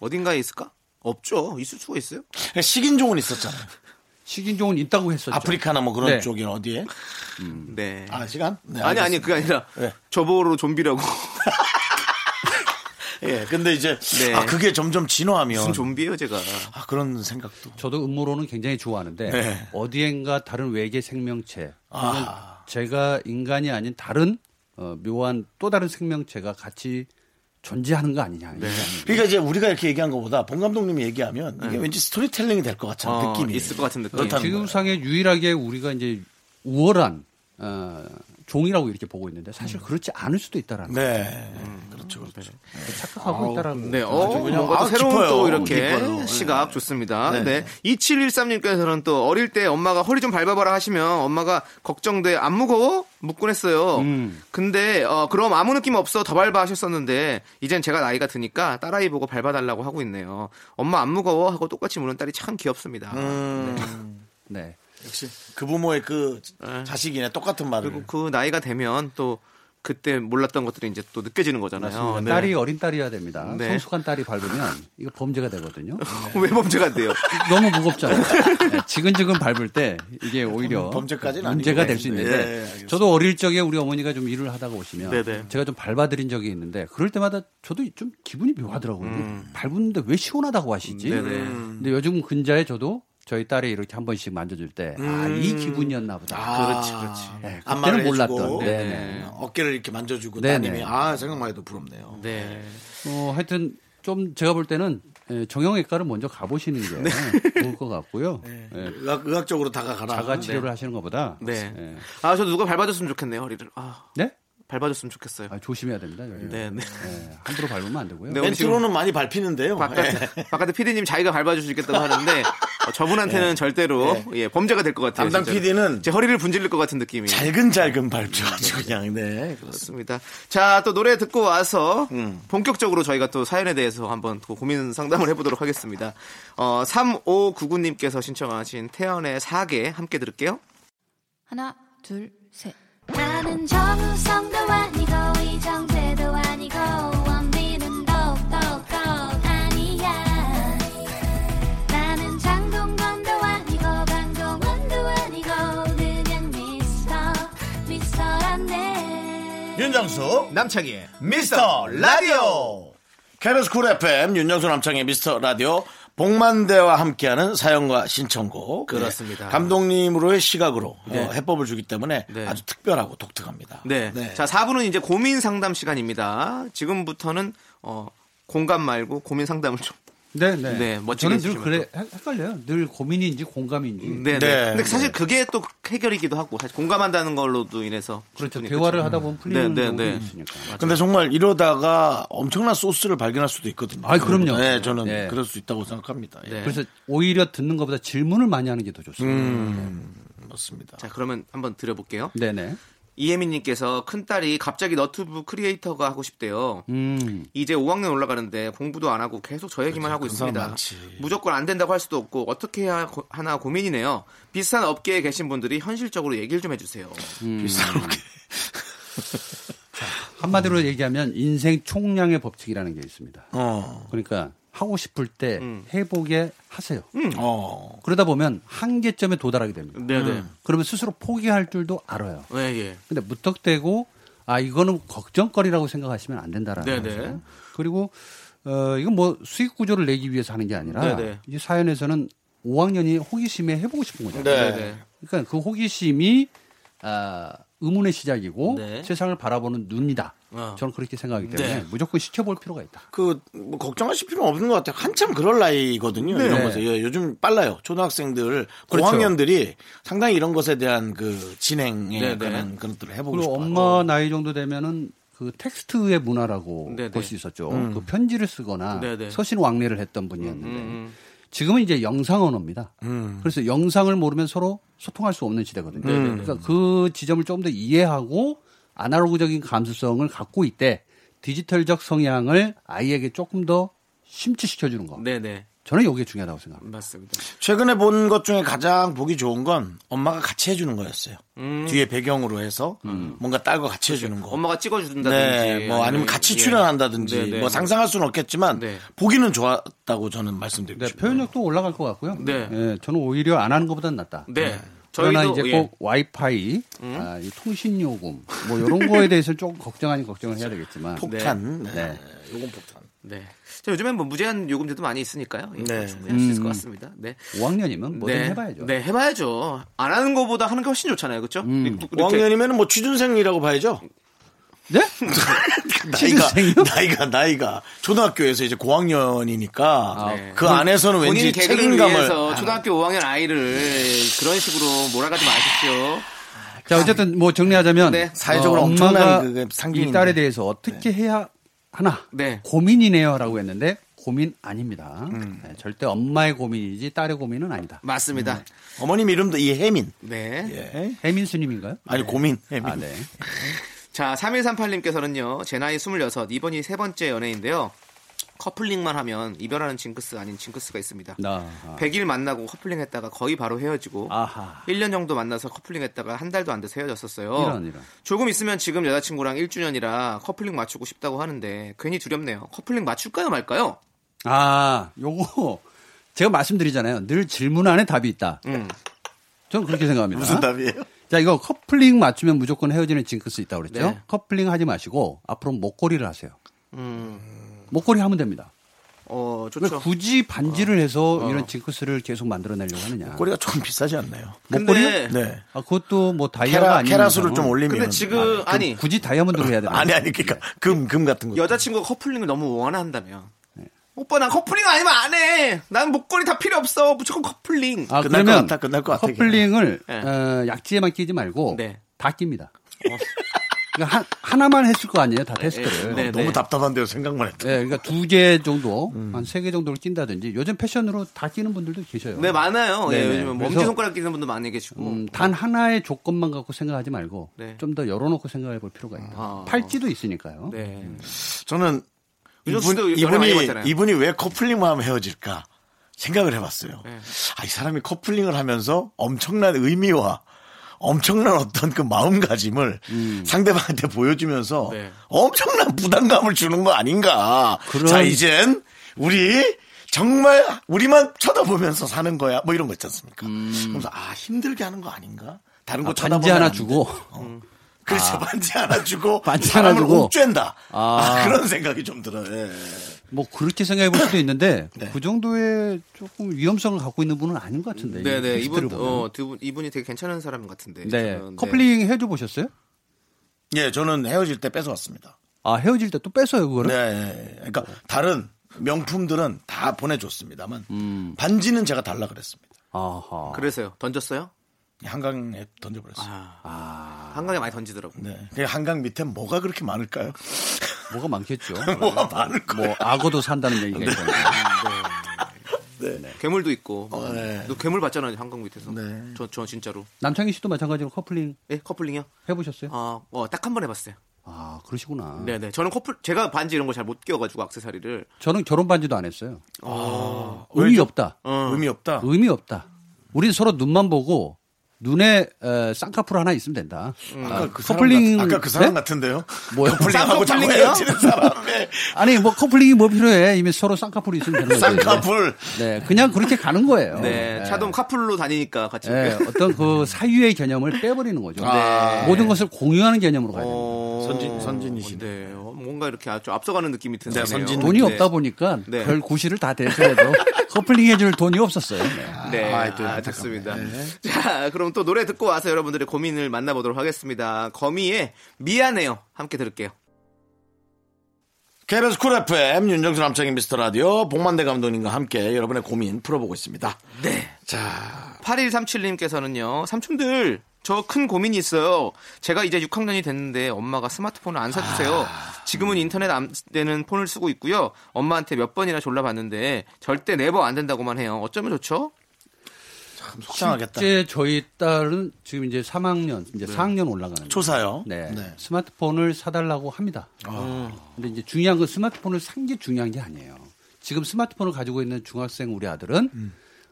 Speaker 4: 어딘가에 있을까? 없죠. 있을 수가 있어요?
Speaker 3: 예, 식인종은 있었잖아요.
Speaker 15: 식인종은 있다고 했었죠.
Speaker 3: 아프리카나 뭐 그런
Speaker 15: 그렇죠. 네.
Speaker 3: 쪽인 어디에?
Speaker 4: 네.
Speaker 3: 아 시간? 네,
Speaker 4: 아니 아니
Speaker 3: 알겠습니다.
Speaker 4: 그게 아니라
Speaker 3: 네.
Speaker 4: 저보로 좀비라고.
Speaker 3: 예, 근데 이제
Speaker 4: 네.
Speaker 3: 아 그게 점점 진화하면
Speaker 4: 무슨 좀비예요 제가.
Speaker 3: 아, 그런 생각도.
Speaker 15: 저도 음모론은 굉장히 좋아하는데
Speaker 3: 네.
Speaker 15: 어디엔가 다른 외계 생명체
Speaker 3: 아.
Speaker 4: 음.
Speaker 15: 혹은 제가 인간이 아닌 다른 어, 묘한 또 다른 생명체가 같이 존재하는 거 아니냐. 이게 아니에요.
Speaker 3: 그러니까 이제 우리가 이렇게 얘기한 것보다 봉 감독님이 얘기하면 이게 왠지 스토리텔링이 될 것 같은
Speaker 4: 네. 어,
Speaker 3: 느낌이
Speaker 4: 있을 것 같은 느낌.
Speaker 3: 그렇다는 거예요.
Speaker 15: 지구상에 유일하게 우리가 이제 우월한 어, 종이라고 이렇게 보고 있는데 사실 그렇지 않을 수도 있다라는
Speaker 3: 음. 네.
Speaker 4: 음.
Speaker 3: 그렇죠, 그렇죠.
Speaker 15: 착각하고 있다라는
Speaker 4: 네,
Speaker 15: 거죠.
Speaker 4: 어,
Speaker 15: 아주 그냥
Speaker 4: 뭔가 또
Speaker 15: 아,
Speaker 4: 새로운
Speaker 15: 깊어요.
Speaker 4: 또 이렇게
Speaker 15: 깊어요.
Speaker 4: 시각 좋습니다.
Speaker 15: 네.
Speaker 4: 네. 2713님께서는 또 어릴 때 엄마가 허리 좀 밟아봐라 하시면 엄마가 걱정돼 안 무거워? 묻곤 했어요.
Speaker 15: 음.
Speaker 4: 근데 어, 그럼 아무 느낌 없어 더 밟아 하셨었는데 이젠 제가 나이가 드니까 딸아이 보고 밟아달라고 하고 있네요. 엄마 안 무거워? 하고 똑같이 물은 딸이 참 귀엽습니다.
Speaker 15: 네.
Speaker 4: 음.
Speaker 3: 역시 그 부모의 그 자식이네 똑같은 말을.
Speaker 4: 그리고 그 나이가 되면 또 그때 몰랐던 것들이 이제 또 느껴지는 거잖아요.
Speaker 15: 맞습니다.
Speaker 4: 네.
Speaker 15: 딸이 어린 딸이어야 됩니다.
Speaker 4: 네.
Speaker 15: 성숙한 딸이 밟으면 이거 범죄가 되거든요.
Speaker 4: 왜 범죄가 돼요?
Speaker 15: 너무 무겁잖아요. 네, 지근지근 밟을 때 이게 오히려
Speaker 3: 범죄까지는
Speaker 15: 문제가
Speaker 3: 아니고.
Speaker 15: 될 수
Speaker 3: 네,
Speaker 15: 있는데
Speaker 3: 알겠습니다.
Speaker 15: 저도 어릴 적에 우리 어머니가 좀 일을 하다가 오시면
Speaker 3: 네네.
Speaker 15: 제가 좀 밟아드린 적이 있는데 그럴 때마다 저도 좀 기분이 묘하더라고요.
Speaker 3: 음.
Speaker 15: 밟았는데 왜 시원하다고 하시지?
Speaker 4: 네네.
Speaker 15: 근데 요즘 근자에 저도 저희 딸이 이렇게 한 번씩 만져줄 때 아 이 기분이었나 보다.
Speaker 3: 음. 아, 그렇지, 그렇지.
Speaker 15: 아, 네,
Speaker 3: 안마를
Speaker 15: 그때는 몰랐던.
Speaker 3: 해주고,
Speaker 15: 네, 네.
Speaker 3: 어깨를 이렇게 만져주고
Speaker 15: 네네.
Speaker 3: 따님이 아 생각만 해도 부럽네요.
Speaker 15: 어, 하여튼 좀 제가 볼 때는 에, 정형외과를 먼저 가보시는 게
Speaker 4: 네.
Speaker 15: 좋을 것 같고요. 예,
Speaker 3: 의학, 의학적으로 다가가라. 네.
Speaker 15: 자가 치료를 하시는 것보다
Speaker 4: 아, 네.
Speaker 15: 예.
Speaker 4: 아, 저도 누가 밟아줬으면 좋겠네요, 허리를. 아.
Speaker 15: 네?
Speaker 4: 밟아줬으면 좋겠어요.
Speaker 15: 아, 조심해야 됩니다. 여기는.
Speaker 4: 네, 네.
Speaker 15: 예, 함부로 밟으면 안 되고요.
Speaker 4: 네, 오늘 지금
Speaker 3: 많이 밟히는데요. 네.
Speaker 4: 바깥에, 바깥에 피디님 자기가 밟아줄 수 있겠다고 하는데 어, 저분한테는
Speaker 3: 네.
Speaker 4: 절대로 예, 범죄가 될 것 같아요.
Speaker 3: 담당
Speaker 4: 진짜로.
Speaker 3: PD는
Speaker 4: 제 허리를 분질릴 것 같은 느낌이.
Speaker 3: 잘근잘근 밟죠. 아주 그냥 네
Speaker 4: 그렇습니다. 자, 또 노래 듣고 와서 본격적으로 저희가 또 사연에 대해서 한번 또 고민 상담을 해보도록 하겠습니다. 어, 3599님께서 신청하신 태연의 사계 함께 들을게요.
Speaker 18: 하나, 둘, 셋.
Speaker 19: 나는 정우성도 아니고 이정재도 아니고 원빈은 더욱더 아니야 나는 장동건도 아니고 강동원도 아니고 그냥 미스터 미스터란데
Speaker 3: 윤정수
Speaker 4: 남창희의
Speaker 3: 미스터 라디오 KBS 쿨 FM 윤정수 남창의 미스터 라디오 복만대와 함께하는 사연과 신청곡
Speaker 4: 그렇습니다.
Speaker 3: 네. 감독님으로의 시각으로
Speaker 4: 네.
Speaker 3: 어, 해법을 주기 때문에
Speaker 4: 네.
Speaker 3: 아주 특별하고 독특합니다.
Speaker 4: 네. 자, 4분은 이제 고민 상담 시간입니다. 지금부터는 어, 공감 말고 고민 상담을 좀.
Speaker 15: 네, 네.
Speaker 4: 멋지게
Speaker 15: 저는 늘
Speaker 4: 해주시면
Speaker 15: 그래 헷- 헷갈려요. 늘 고민인지 공감인지.
Speaker 4: 네, 네. 근데 사실 그게 또 해결이기도 하고 사실 공감한다는 걸로도 인해서
Speaker 15: 그렇죠.
Speaker 4: 충분히
Speaker 15: 대화를
Speaker 4: 그렇죠.
Speaker 15: 하다 보면 풀리는
Speaker 4: 네, 네,
Speaker 15: 경우도
Speaker 4: 네.
Speaker 15: 있으니까.
Speaker 3: 근데 정말 이러다가 엄청난 소스를 발견할 수도 있거든요.
Speaker 15: 아, 그럼요.
Speaker 3: 네, 저는
Speaker 15: 네.
Speaker 3: 그럴 수 있다고 생각합니다.
Speaker 4: 네.
Speaker 3: 예.
Speaker 15: 그래서 오히려 듣는 것보다 질문을 많이 하는 게 더 좋습니다.
Speaker 3: 음, 맞습니다.
Speaker 4: 자, 그러면 한번 드려볼게요.
Speaker 15: 네, 네.
Speaker 4: 이혜민님께서 큰딸이 갑자기 너튜브 크리에이터가 하고 싶대요.
Speaker 15: 음.
Speaker 4: 이제 5학년 올라가는데 공부도 안 하고 계속 저 얘기만 하고
Speaker 15: 그런
Speaker 3: 그렇죠.
Speaker 4: 있습니다.
Speaker 15: 사람 많지.
Speaker 4: 무조건 안 된다고 할 수도 없고 어떻게 해야 고- 하나 고민이네요. 비슷한 업계에 계신 분들이 현실적으로 얘기를 좀 해주세요.
Speaker 3: 음.
Speaker 15: 비싸게. 한마디로 얘기하면 인생 총량의 법칙이라는 게 있습니다.
Speaker 3: 어.
Speaker 15: 그러니까 하고 싶을 때
Speaker 4: 음.
Speaker 15: 해보게 하세요.
Speaker 3: 어.
Speaker 15: 그러다 보면 한계점에 도달하게 됩니다. 음.
Speaker 4: 네네.
Speaker 15: 그러면 스스로 포기할 줄도 알아요.
Speaker 4: 예, 예.
Speaker 15: 근데 무턱대고 아 이거는 걱정거리라고 생각하시면 안 된다라는
Speaker 4: 네네.
Speaker 15: 거죠. 그리고 어 이건 뭐 수익 구조를 내기 위해서 하는 게 아니라
Speaker 4: 네네.
Speaker 15: 이 사연에서는 5학년이 호기심에 해보고 싶은 거잖아요.
Speaker 4: 네. 네네.
Speaker 15: 그러니까 그 호기심이 아 의문의 시작이고
Speaker 3: 네.
Speaker 15: 세상을 바라보는 눈이다.
Speaker 4: 어.
Speaker 15: 저는 그렇게 생각하기 때문에
Speaker 3: 네.
Speaker 15: 무조건 시켜볼 필요가 있다.
Speaker 3: 그, 뭐 걱정하실 필요는 없는 것 같아요. 한참 그럴 나이거든요.
Speaker 15: 네.
Speaker 3: 이런 것에. 예, 요즘 빨라요. 초등학생들,
Speaker 15: 그렇죠.
Speaker 3: 고학년들이 상당히 이런 것에 대한 그 진행에
Speaker 15: 네, 네.
Speaker 3: 관한 그런 것들을 해보고
Speaker 15: 그리고
Speaker 3: 싶어요.
Speaker 15: 엄마 나이 정도 되면은 그 텍스트의 문화라고
Speaker 3: 네네.
Speaker 15: 볼 수 있었죠.
Speaker 3: 음.
Speaker 15: 그 편지를 쓰거나
Speaker 3: 네네. 음,
Speaker 15: 서신 왕래를 했던 분이었는데 지금은 이제 영상 언어입니다. 그래서 영상을 모르면 서로 소통할 수 없는 시대거든요.
Speaker 3: 네네네.
Speaker 15: 그러니까 그 지점을 조금 더 이해하고 아날로그적인 감수성을 갖고 있대 디지털적 성향을 아이에게 조금 더 심취시켜주는 거.
Speaker 4: 네네.
Speaker 15: 저는 이게 중요하다고 생각합니다.
Speaker 4: 맞습니다.
Speaker 3: 최근에 본 것 중에 가장 보기 좋은 건 엄마가 같이 해주는 거였어요.
Speaker 4: 음.
Speaker 3: 뒤에 배경으로 해서
Speaker 15: 음.
Speaker 3: 뭔가 딸과 같이 해주는 거.
Speaker 4: 엄마가 찍어준다든지.
Speaker 3: 네, 뭐 아니면 같이
Speaker 4: 예.
Speaker 3: 출연한다든지
Speaker 4: 네네.
Speaker 3: 뭐 상상할 수는 없겠지만 보기는 좋았다고 저는 말씀드리고
Speaker 15: 네,
Speaker 3: 싶어요.
Speaker 15: 표현력도 올라갈 것 같고요.
Speaker 3: 네.
Speaker 15: 예, 저는 오히려 안 하는 것보단 낫다.
Speaker 3: 네.
Speaker 15: 그러나
Speaker 3: 저희도,
Speaker 15: 이제
Speaker 3: 예. 음.
Speaker 15: 꼭 와이파이, 아, 이 통신 요금 뭐 이런 거에 대해서 조금 걱정 아닌 걱정을 해야 되겠지만
Speaker 4: 폭탄.
Speaker 15: 네.
Speaker 4: 네.
Speaker 3: 요건 폭탄.
Speaker 4: 네. 자, 요즘엔 뭐 무제한 요금제도 많이 있으니까요. 예,
Speaker 15: 네.
Speaker 4: 충분히 할수 있을 것
Speaker 15: 음.
Speaker 4: 같습니다. 네.
Speaker 15: 5학년이면 뭐든
Speaker 4: 네.
Speaker 15: 해봐야죠.
Speaker 4: 네, 해봐야죠. 안 하는 것보다 하는 게 훨씬 좋잖아요. 그렇죠?
Speaker 15: 음.
Speaker 3: 5학년이면 뭐 취준생이라고 봐야죠.
Speaker 15: 네?
Speaker 3: 나이가, 나이가, 나이가. 초등학교에서 이제 고학년이니까 그 안에서는 왠지 책임감을.
Speaker 4: 위해서 초등학교 5학년 아이를 그런 식으로 몰아가지 마십시오.
Speaker 15: 자 어쨌든 뭐 정리하자면 어,
Speaker 4: 네.
Speaker 3: 사회적으로
Speaker 15: 엄마가
Speaker 3: 엄청난 그 상징인데. 네.
Speaker 15: 이 딸에 대해서 어떻게 해야 하나 고민이네요라고 했는데 고민 아닙니다.
Speaker 3: 음.
Speaker 15: 네, 절대 엄마의 고민이지 딸의 고민은 아니다.
Speaker 4: 맞습니다.
Speaker 15: 음.
Speaker 3: 어머님 이름도 이혜민. 예.
Speaker 4: 네.
Speaker 15: 예. 혜민 스님인가요?
Speaker 3: 아니 고민. 혜민.
Speaker 15: 아, 네.
Speaker 4: 자, 3138님께서는요, 제 나이 26, 이번이 세 번째 연애인데요. 커플링만 하면 이별하는 징크스 아닌 징크스가 있습니다.
Speaker 15: 아.
Speaker 4: 100일 만나고 커플링 했다가 거의 바로 헤어지고
Speaker 15: 아하.
Speaker 4: 1년 정도 만나서 커플링 했다가 한 달도 안 돼서 헤어졌었어요.
Speaker 15: 이런, 이런.
Speaker 4: 조금 있으면 지금 여자친구랑 1주년이라 커플링 맞추고 싶다고 하는데 괜히 두렵네요. 커플링 맞출까요 말까요?
Speaker 15: 아, 요거 제가 말씀드리잖아요. 늘 질문 안에 답이 있다.
Speaker 4: 음.
Speaker 15: 저는 그렇게 생각합니다.
Speaker 3: 무슨 답이에요?
Speaker 15: 자, 이거 커플링 맞추면 무조건 헤어지는 징크스 있다고 그랬죠?
Speaker 4: 네.
Speaker 15: 커플링 하지 마시고 앞으로 목걸이를 하세요.
Speaker 4: 음,
Speaker 15: 목걸이 하면 됩니다.
Speaker 4: 어,
Speaker 15: 왜
Speaker 4: 좋죠.
Speaker 15: 굳이 반지를 해서 이런 징크스를 계속 만들어내려고 하느냐?
Speaker 4: 목걸이가
Speaker 3: 조금 비싸지 않나요?
Speaker 15: 목걸이요?
Speaker 4: 근데- 네.
Speaker 15: 아, 그것도 뭐
Speaker 3: 케라-
Speaker 15: 다이아가 아니면
Speaker 3: 케라수를 좀 올리면-
Speaker 4: 근데 지금
Speaker 15: 아,
Speaker 4: 아니
Speaker 15: 굳이 다이아몬드로 해야 되나? 아니
Speaker 3: 아니 그러니까 금 금 같은 거.
Speaker 4: 여자친구가 커플링을 너무 원한다면
Speaker 15: 네.
Speaker 4: 오빠 나 커플링 아니면 안 해. 난 목걸이 다 필요 없어. 무조건 커플링.
Speaker 15: 아, 그러면 커플링을 어, 약지에만 끼지 말고 다 낍니다. 그러니까 한- 하나만 했을 거 아니에요? 다 테스트를.
Speaker 3: 네, 너무 답답한데요 생각만 해도.
Speaker 15: 네, 그러니까 두 개 정도, 한 세 개 정도를 낀다든지 요즘 패션으로 다 끼는 분들도 계셔요.
Speaker 4: 네 많아요. 예,
Speaker 15: 네네.
Speaker 4: 요즘
Speaker 15: 그래서
Speaker 4: 엄지 손가락 끼는 분도 많이 계시고.
Speaker 15: 음, 단 하나의 조건만 갖고 생각하지 말고
Speaker 4: 음, 네.
Speaker 15: 좀 더 열어놓고 생각해 볼 필요가 있다.
Speaker 4: 아. 네.
Speaker 15: 팔찌도 있으니까요.
Speaker 3: 저는
Speaker 15: 윤정 씨도
Speaker 3: 이분,
Speaker 15: 연애 많이
Speaker 3: 이분이
Speaker 15: 해봤잖아요.
Speaker 3: 이분이 왜 커플링만 하면 헤어질까 생각을 해봤어요.
Speaker 15: 네.
Speaker 3: 아, 이 사람이 커플링을 하면서 엄청난 의미와 엄청난 어떤 그 마음가짐을 상대방한테 보여주면서 엄청난 부담감을 주는 거 아닌가.
Speaker 15: 네. 그런-
Speaker 3: 자, 이젠 우리 정말 우리만 쳐다보면서 사는 거야. 뭐 이런 거 있지 않습니까? 그러면서 아, 힘들게 하는 거 아닌가? 다른 거
Speaker 15: 음. 아,
Speaker 3: 쳐다보면
Speaker 15: 반지 하나
Speaker 3: 안 돼.
Speaker 15: 주고. 음.
Speaker 3: 그렇죠.
Speaker 15: 아.
Speaker 3: 반지 하나 주고
Speaker 15: 반지 하나
Speaker 3: 사람을
Speaker 15: 주고.
Speaker 3: 옥죄다
Speaker 15: 아.
Speaker 3: 그런 생각이 좀 들어요. 예.
Speaker 15: 뭐 그렇게 생각해 볼 수도 있는데
Speaker 4: 네.
Speaker 15: 그 정도의 조금 위험성을 갖고 있는 분은 아닌 것 같은데.
Speaker 4: 네네
Speaker 15: 이 텍스트를
Speaker 4: 이분
Speaker 15: 보면.
Speaker 4: 어, 두 분- 이분이 되게 괜찮은 사람 같은데.
Speaker 15: 네.
Speaker 4: 저는, 네.
Speaker 15: 커플링 해줘 보셨어요?
Speaker 3: 예, 저는 헤어질 때 뺏어왔습니다.
Speaker 15: 아 헤어질 때 또 뺏어요 그거를?
Speaker 3: 네, 그러니까 다른 명품들은 다 보내줬습니다만
Speaker 15: 음.
Speaker 3: 반지는 제가 달라 그랬습니다.
Speaker 15: 아하.
Speaker 4: 그래서요. 던졌어요?
Speaker 3: 한강에 던져버렸어요.
Speaker 15: 아.
Speaker 4: 한강에 많이 던지더라고요.
Speaker 3: 네. 그 한강 밑에 뭐가 그렇게 많을까요?
Speaker 15: 뭐가 많겠죠.
Speaker 3: 뭐가 많을 거예요.
Speaker 15: 뭐 악어도 산다는
Speaker 4: 네.
Speaker 15: 얘기가 있잖아요.
Speaker 4: 괴물도 있고.
Speaker 15: 아.
Speaker 3: 어, 네.
Speaker 4: 너 괴물 봤잖아요 한강 밑에서. 저, 저 진짜로.
Speaker 15: 남창희 씨도 마찬가지로 커플링
Speaker 4: 예, 커플링요?
Speaker 15: 해보셨어요?
Speaker 4: 아, 어, 딱 한 번 해봤어요.
Speaker 15: 아 그러시구나.
Speaker 4: 네네. 저는 커플 제가 반지 이런 걸 잘 못 끼워가지고 액세서리를.
Speaker 15: 저는 결혼 반지도 안 했어요.
Speaker 4: 아.
Speaker 15: 의미 없다.
Speaker 3: 어. 의미 없다.
Speaker 15: 아. 의미 없다. 우린 서로 눈만 보고 눈에 에, 쌍꺼풀 하나 있으면 된다.
Speaker 3: 아까 그 커플링 사람 같, 아까 그 사람
Speaker 15: 네?
Speaker 3: 같은데요?
Speaker 15: 뭐요?
Speaker 3: 커플링하고 자꾸
Speaker 15: 쌍꺼풀링이요?
Speaker 3: 헤어지는 사람의
Speaker 15: 아니 뭐 커플링이 뭐 필요해? 이미 서로 쌍꺼풀이 있으면 되는 거죠.
Speaker 3: 쌍꺼풀.
Speaker 15: 네, 그냥 그렇게 가는 거예요.
Speaker 4: 네. 차도 카풀로 다니니까 같이.
Speaker 15: 어, 네, 어떤 그 사유의 개념을 빼버리는 거죠.
Speaker 3: 아.
Speaker 4: 네.
Speaker 15: 모든 것을 공유하는 개념으로 가야 됩니다.
Speaker 4: 선진 어, 선진이시네. 네. 어, 뭔가 이렇게 아주 앞서가는 느낌이 드네요.
Speaker 15: 돈이
Speaker 3: 어,
Speaker 4: 네.
Speaker 15: 없다 보니까
Speaker 4: 네.
Speaker 15: 별 구실을 다 대서해도 커플링 해줄 돈이 없었어요. 네.
Speaker 4: 네, 아, 좋습니다. 자, 그럼 또 노래 듣고 와서 여러분들의 고민을 만나보도록 하겠습니다. 거미의 미안해요. 함께 들을게요.
Speaker 3: KBS 쿨 FM 윤정수 남창희 미스터 라디오 복만대 감독님과 함께 여러분의 고민 풀어보고 있습니다.
Speaker 4: 네.
Speaker 3: 자,
Speaker 4: 8137님께서는요, 삼촌들, 저 큰 고민이 있어요. 제가 이제 6학년이 됐는데 엄마가 스마트폰을 안 사주세요.
Speaker 15: 아.
Speaker 4: 지금은 인터넷 안 되는 폰을 쓰고 있고요. 엄마한테 몇 번이나 졸라봤는데 절대 네버 안 된다고만 해요. 어쩌면 좋죠?
Speaker 3: 참
Speaker 15: 실제 저희 딸은 지금 이제 3학년, 이제 4학년 올라가는
Speaker 3: 네. 초사요.
Speaker 15: 네. 아. 스마트폰을 사달라고 합니다. 근데 이제 중요한 건 스마트폰을 산 게 중요한 게 아니에요. 지금 스마트폰을 가지고 있는 중학생 우리 아들은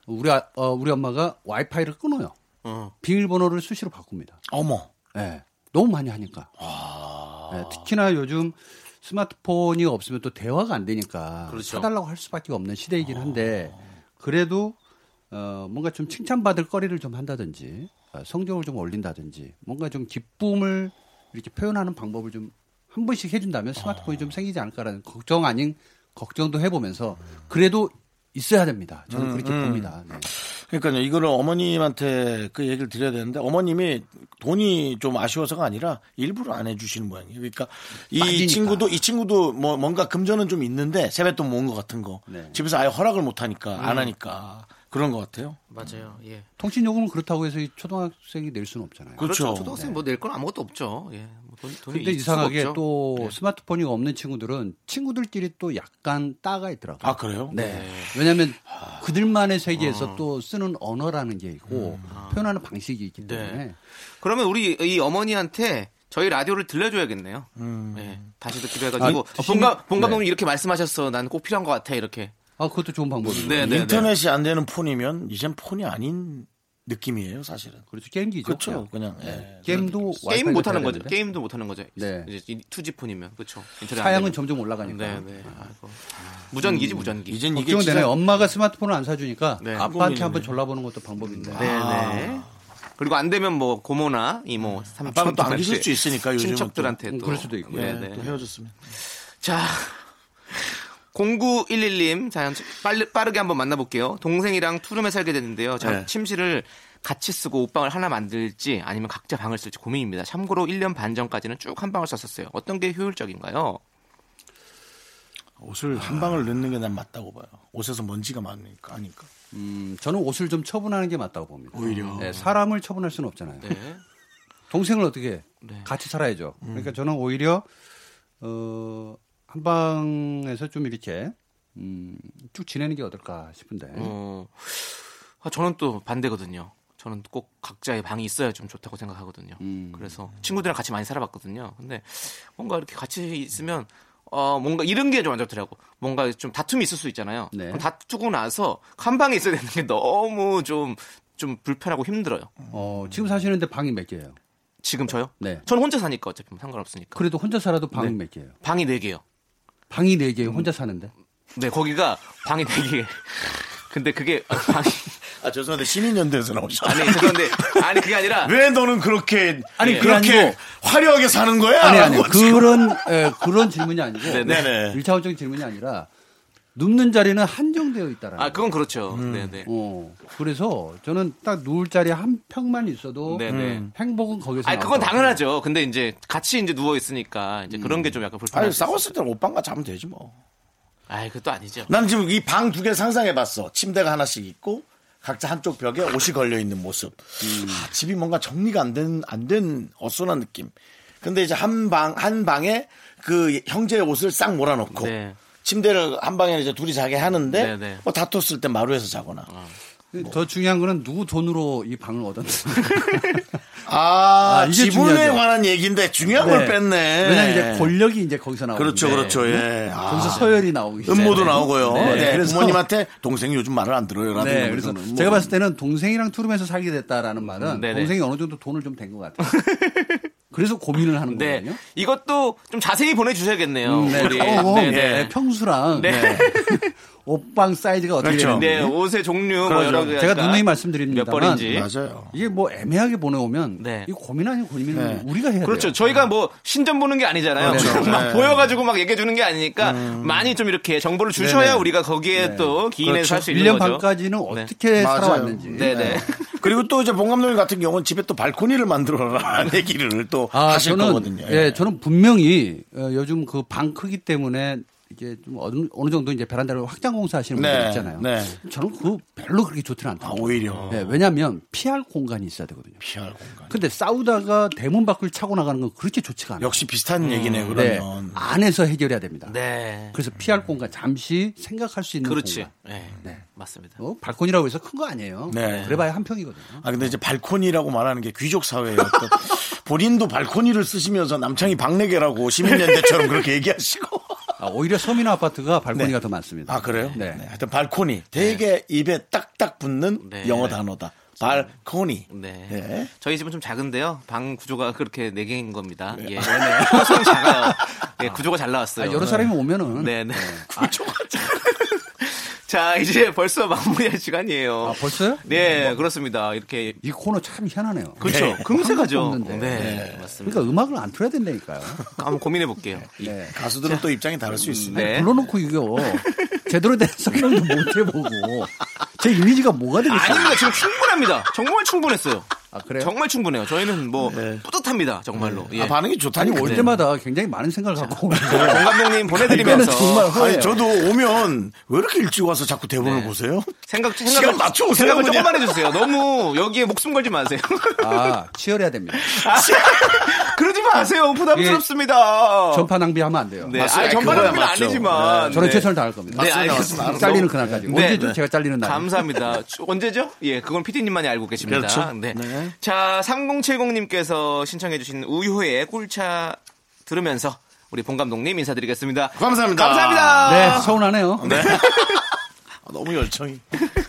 Speaker 15: 우리 아- 어, 우리 엄마가 와이파이를 끊어요. 비밀번호를 수시로 바꿉니다.
Speaker 3: 어머.
Speaker 15: 네. 너무 많이 하니까.
Speaker 4: 아.
Speaker 15: 네, 특히나 요즘 스마트폰이 없으면 또 대화가 안 되니까
Speaker 4: 그렇죠. 아.
Speaker 15: 사달라고 할 수밖에 없는 시대이긴 한데 그래도 어, 뭔가 좀 칭찬받을 거리를 좀 한다든지 어, 성적을 좀 올린다든지 뭔가 좀 기쁨을 이렇게 표현하는 방법을 좀 한 번씩 해준다면
Speaker 4: 아.
Speaker 15: 스마트폰이 좀 생기지 않을까라는 걱정 아닌 걱정도 해보면서 그래도 있어야 됩니다. 저는 그렇게
Speaker 3: 음, 음.
Speaker 15: 봅니다. 네.
Speaker 3: 그러니까요. 이거를 어머님한테 그 얘기를 드려야 되는데 어머님이 돈이 좀 아쉬워서가 아니라 일부러 안 해주시는 모양이에요. 그러니까 이
Speaker 15: 빠지니까.
Speaker 3: 친구도 이 친구도 뭐 뭔가 금전은 좀 있는데 세뱃돈 모은 것 같은 거
Speaker 15: 네.
Speaker 3: 집에서 아예 허락을 못 하니까 안
Speaker 15: 음.
Speaker 3: 하니까 그런 것 같아요.
Speaker 4: 맞아요. 예.
Speaker 15: 통신요금은 그렇다고 해서 이 초등학생이 낼 수는 없잖아요.
Speaker 4: 그렇죠. 초등학생 뭐 낼 건 아무것도 없죠. 예. 뭐 돈, 돈이
Speaker 15: 네. 근데
Speaker 4: 있을 수가
Speaker 15: 이상하게
Speaker 4: 없죠. 네.
Speaker 15: 또 스마트폰이 없는 친구들은 친구들끼리 또 약간 따가 있더라고요.
Speaker 3: 아 그래요?
Speaker 15: 네. 왜냐하면
Speaker 4: 아.
Speaker 15: 그들만의 세계에서 또 쓰는
Speaker 4: 음. 아. 네.
Speaker 15: 언어라는 게 있고 표현하는 방식이 있기 때문에
Speaker 4: 그러면 우리 이 어머니한테 저희 라디오를 들려줘야겠네요. 예, 다시 또 기도해가지고 아, 본, 감, 본 감독님 이렇게 말씀하셨어. 나는 꼭 필요한 것 같아. 이렇게.
Speaker 15: 아 그것도 좋은 방법이죠.
Speaker 4: 네, 네, 네.
Speaker 3: 인터넷이 안 되는 폰이면 이젠 폰이 아닌 느낌이에요, 사실은.
Speaker 15: 그렇죠. 게임기죠. 네.
Speaker 3: 그렇죠. 그냥. 예.
Speaker 15: 게임도
Speaker 4: 네. 게임
Speaker 15: 와이파이로
Speaker 4: 못 하는
Speaker 15: 돼야
Speaker 4: 거죠.
Speaker 15: 되는데.
Speaker 4: 게임도 못 하는 거죠.
Speaker 15: 네.
Speaker 4: 이제 투지폰이면 그렇죠. 인터넷 안
Speaker 15: 사양은
Speaker 4: 되면.
Speaker 15: 점점 올라가니까.
Speaker 4: 네, 네. 아이고. 무전기지
Speaker 15: 음,
Speaker 4: 무전기.
Speaker 15: 걱정되네. 엄마가 스마트폰을 안 사주니까
Speaker 4: 네.
Speaker 15: 아빠한테 한번 졸라보는 것도 아, 방법인데.
Speaker 4: 네, 네. 그리고 안 되면 뭐 고모나 이모, 삼촌,
Speaker 3: 아빠는 또 안 계실 수 있으니까 요즘은 또.
Speaker 4: 친척들한테 또
Speaker 15: 음, 그럴 수도 있고.
Speaker 4: 네,
Speaker 3: 예,
Speaker 4: 네.
Speaker 3: 또 헤어졌으면.
Speaker 4: 자, 0911님 사연 빨리 빠르게 한번 만나볼게요. 동생이랑 투룸에 살게 됐는데요. 저
Speaker 3: 네.
Speaker 4: 침실을 같이 쓰고 옷방을 하나 만들지 아니면 각자 방을 쓸지 고민입니다. 참고로 1년 반 전까지는 쭉 한 방을 썼었어요. 어떤 게 효율적인가요?
Speaker 3: 옷을 한 방울 넣는 게 난 맞다고 봐요. 옷에서 먼지가 많으니까 아니까.
Speaker 15: 음, 저는 옷을 좀 처분하는 게 맞다고 봅니다.
Speaker 3: 오히려.
Speaker 15: 네, 사람을 처분할 수는 없잖아요.
Speaker 4: 네.
Speaker 15: 동생을 어떻게 해? 같이 살아야죠.
Speaker 4: 음.
Speaker 15: 그러니까 저는 오히려 어, 한 방에서 좀 이렇게 음, 쭉 지내는 게 어떨까 싶은데.
Speaker 4: 어, 아, 저는 또 반대거든요. 저는 꼭 각자의 방이 있어야 좀 좋다고 생각하거든요.
Speaker 3: 음.
Speaker 15: 음.
Speaker 4: 그래서 친구들이랑 같이 많이 살아봤거든요. 근데 뭔가 이렇게 같이 있으면 어 뭔가 이런 게 좀 안 좋더라고. 뭔가 좀 다툼이 있을 수 있잖아요.
Speaker 3: 네.
Speaker 4: 그럼 다투고 나서 한 방에 있어야 되는 게 너무 좀 좀 불편하고 힘들어요.
Speaker 15: 어, 지금 사시는데 방이 몇 개예요?
Speaker 4: 지금 저요?
Speaker 15: 네.
Speaker 4: 저는 혼자 사니까 어차피 상관없으니까.
Speaker 15: 그래도 혼자 살아도 방이
Speaker 4: 네.
Speaker 15: 몇 개예요?
Speaker 4: 방이 네 개요.
Speaker 15: 방이 네 개예요. 혼자 사는데.
Speaker 4: 네, 거기가 방이 네 개. 근데 그게 아, 방이
Speaker 3: 아, 죄송한데 시민연대에서 나오셨
Speaker 4: 아니 죄송한데 아니 그게 아니라
Speaker 3: 왜 너는 그렇게
Speaker 15: 아니,
Speaker 3: 예.
Speaker 15: 그게
Speaker 3: 그렇게
Speaker 15: 아니고-
Speaker 3: 화려하게 사는 거야?
Speaker 15: 아니 아니
Speaker 3: 라고 지금-
Speaker 15: 그런 예, 그런 질문이 아니고
Speaker 3: 네네.
Speaker 15: 일차원적인 질문이 아니라 눕는 자리는 한정되어 있다라는.
Speaker 4: 아 그건 그렇죠.
Speaker 3: 음.
Speaker 4: 네, 네.
Speaker 15: 어, 그래서 저는 딱 누울 자리 한 평만 있어도
Speaker 4: 네네. 음.
Speaker 15: 행복은 거기서.
Speaker 4: 아 그건
Speaker 15: 나온다고
Speaker 4: 당연하죠. 근데 이제 같이 이제 누워 있으니까 이제 그런 게 좀 약간
Speaker 3: 음.
Speaker 4: 불편해요.
Speaker 3: 아니, 싸웠을 때는 오빠가 자면 되지 뭐.
Speaker 4: 아 그것도 아니죠.
Speaker 3: 난 지금 이 방 두 개 상상해봤어. 침대가 하나씩 있고 각자 한쪽 벽에 옷이 걸려 있는 모습.
Speaker 15: 음.
Speaker 3: 아, 집이 뭔가 정리가 안 된 안 된 어수선한 느낌. 근데 이제 한 방 한 방에 그 형제의 옷을 싹 몰아넣고
Speaker 4: 네.
Speaker 3: 침대를 한 방에 이제 둘이 자게 하는데
Speaker 4: 네, 네.
Speaker 3: 뭐 다퉜을 때 마루에서 자거나.
Speaker 15: 아.
Speaker 4: 뭐.
Speaker 15: 더 중요한 거는 누구 돈으로 이 방을 얻었는지.
Speaker 3: 아,
Speaker 15: 이게
Speaker 3: 지분에
Speaker 15: 중요하죠.
Speaker 3: 관한 얘기인데 중요한 걸 뺐네.
Speaker 15: 왜냐면 이제 권력이 이제 거기서 나오고.
Speaker 3: 그렇죠, 그렇죠. 예. 아.
Speaker 15: 거기서 서열이 나오기. 시작해요.
Speaker 3: 음모도 나오고요.
Speaker 15: 네,
Speaker 3: 네,
Speaker 15: 그래서-
Speaker 3: 부모님한테 동생이 요즘 말을 안 들어요라는.
Speaker 15: 네, 그래서 제가 봤을 때는 동생이랑 투룸에서 살게 됐다라는 말은
Speaker 4: 뭐. 음, 네네.
Speaker 15: 동생이 어느 정도 돈을 좀 댄 것 같아요. 그래서 고민을 하는
Speaker 4: 네.
Speaker 15: 거거든요.
Speaker 4: 이것도 좀 자세히 보내주셔야겠네요.
Speaker 15: 음, 네.
Speaker 4: 우리.
Speaker 15: 어,
Speaker 4: 네,
Speaker 15: 네,
Speaker 4: 네.
Speaker 15: 평수랑
Speaker 4: 네.
Speaker 15: 네. 옷방 사이즈가 어떻게
Speaker 4: 그렇죠.
Speaker 15: 되는지.
Speaker 4: 네, 옷의 종류 뭐
Speaker 15: 그러죠.
Speaker 4: 여러 개.
Speaker 15: 그렇죠. 제가 누누이 말씀드립니다만
Speaker 4: 몇 벌인지.
Speaker 3: 맞아요.
Speaker 15: 이게 뭐 애매하게 보내오면
Speaker 4: 네.
Speaker 15: 이 고민 아닌 고민을
Speaker 4: 네.
Speaker 15: 우리가 해야
Speaker 4: 그렇죠.
Speaker 15: 돼요.
Speaker 4: 저희가 뭐 신전 보는 게 아니잖아요.
Speaker 15: 음. 그렇죠.
Speaker 4: 막
Speaker 15: 네. 음.
Speaker 4: 보여가지고 막 얘기해 주는 게 아니니까 많이 좀 이렇게 정보를 주셔야
Speaker 3: 네네.
Speaker 4: 우리가 거기에 또 기인해서 할 수 있는
Speaker 15: 그렇죠. 1년
Speaker 4: 거죠. 네.
Speaker 15: 반까지는
Speaker 3: 맞아요.
Speaker 15: 어떻게 네, 살아왔는지.
Speaker 4: 네네.
Speaker 3: 그리고 또 이제 봉감독님 같은 경우는 집에 또 발코니를 만들어라 얘기를 또 하실
Speaker 15: 저는,
Speaker 3: 거거든요.
Speaker 15: 예, 저는 분명히 어, 요즘 그 방 크기 때문에 이게 좀 어느, 어느 정도 이제 베란다를 확장 공사하시는 분들
Speaker 3: 네,
Speaker 15: 있잖아요.
Speaker 3: 네. 아,
Speaker 15: 저는 그 별로 그렇게 좋지는 않다.
Speaker 3: 오히려.
Speaker 15: 예, 왜냐하면 피할 공간이 있어야 되거든요.
Speaker 3: 피할 공간.
Speaker 15: 근데 싸우다가 대문 밖을 차고 나가는 건 그렇게 좋지가 않아요.
Speaker 3: 역시 비슷한 얘기네요,
Speaker 15: 네,
Speaker 3: 그러면.
Speaker 15: 안에서 해결해야 됩니다.
Speaker 4: 네.
Speaker 15: 그래서 피할 공간 잠시 생각할 수 있는
Speaker 4: 그렇지.
Speaker 15: 공간.
Speaker 4: 네. 맞습니다.
Speaker 15: 뭐 발코니라고 해서 큰 거 아니에요.
Speaker 3: 네.
Speaker 15: 그래봐야 한 평이거든요.
Speaker 3: 아 근데 이제 발코니라고 말하는 게 귀족 사회의 어떤 본인도 발코니를 쓰시면서 남창이 박내계라고 시민연대처럼 그렇게 얘기하시고
Speaker 15: 아, 오히려 서민 아파트가 발코니가 더 많습니다.
Speaker 3: 아 그래요?
Speaker 15: 네.
Speaker 3: 네. 하여튼 발코니 되게 입에 딱딱 붙는
Speaker 4: 네.
Speaker 3: 영어 단어다. 발코니.
Speaker 4: 네.
Speaker 3: 예.
Speaker 4: 저희 집은 좀 작은데요. 방 구조가 그렇게 네 개인 겁니다. 예. 소송이 작아요. 예, 구조가 잘 나왔어요.
Speaker 15: 아, 여러 사람이 오면은
Speaker 4: 네, 네. 구조가 자, 이제 벌써 마무리할 시간이에요.
Speaker 15: 아, 벌써요?
Speaker 4: 네, 그렇습니다. 이렇게
Speaker 15: 이 코너 참 희한하네요.
Speaker 4: 그렇죠.
Speaker 15: 네.
Speaker 4: 금세 가죠.
Speaker 15: 한 것도 없는데.
Speaker 4: 네, 맞습니다.
Speaker 15: 그러니까 음악을 안 틀어야 된다니까요.
Speaker 4: 한번 고민해 볼게요.
Speaker 15: 네.
Speaker 3: 가수들은 또 입장이 다를
Speaker 15: 음,
Speaker 3: 수 있습니다.
Speaker 4: 네.
Speaker 15: 불러놓고 이거 제대로 된 설명도 못 해보고 제 이미지가 뭐가 되겠어요?
Speaker 4: 아닙니다. 지금 충분합니다. 정말 충분했어요.
Speaker 15: 아, 그래요? 네.
Speaker 4: 정말 충분해요. 저희는 뭐 뿌듯합니다. 정말로. 예.
Speaker 3: 아 반응이 좋다니
Speaker 15: 아니 올 때마다 굉장히 많은 생각을 갖고 오는데
Speaker 4: 정 감독님 보내드리면서
Speaker 15: 이거는 아, 정말 허예요. 네.
Speaker 3: 아니 저도 오면 왜 이렇게 일찍 와서 자꾸 대본을 보세요?
Speaker 4: 생각 생각을-
Speaker 3: 시간 맞춰 오세요.
Speaker 4: 생각을
Speaker 3: 그냥.
Speaker 4: 조금만 해주세요. 너무 여기에 목숨 걸지 마세요.
Speaker 15: 아 치열해야 됩니다.
Speaker 4: 그러지 마세요. 부담스럽습니다.
Speaker 15: 전파 낭비하면 안 돼요.
Speaker 4: 어. 네,
Speaker 15: 맞습니다.
Speaker 4: 아니, 전반
Speaker 3: 그거야,
Speaker 4: 낭비는
Speaker 3: 맞죠.
Speaker 4: 아니지만.
Speaker 15: 저는
Speaker 4: 네.
Speaker 15: 최선을 다할 겁니다.
Speaker 4: 네,
Speaker 15: 맞습니다.
Speaker 4: 알겠습니다.
Speaker 15: 잘리는 그날까지.
Speaker 4: 네,
Speaker 15: 언제죠?
Speaker 4: 네.
Speaker 15: 제가 잘리는 날.
Speaker 4: 감사합니다. 언제죠? 예, 그건 피디님만이 알고 계십니다.
Speaker 3: 그렇죠.
Speaker 4: 네.
Speaker 3: 네.
Speaker 15: 네.
Speaker 4: 자, 3070님께서 신청해주신 우효의 꿀차 들으면서 우리 본 감독님 인사드리겠습니다.
Speaker 3: 감사합니다.
Speaker 4: 감사합니다.
Speaker 15: 네, 서운하네요.
Speaker 4: 네.
Speaker 3: 아, 너무 열정이.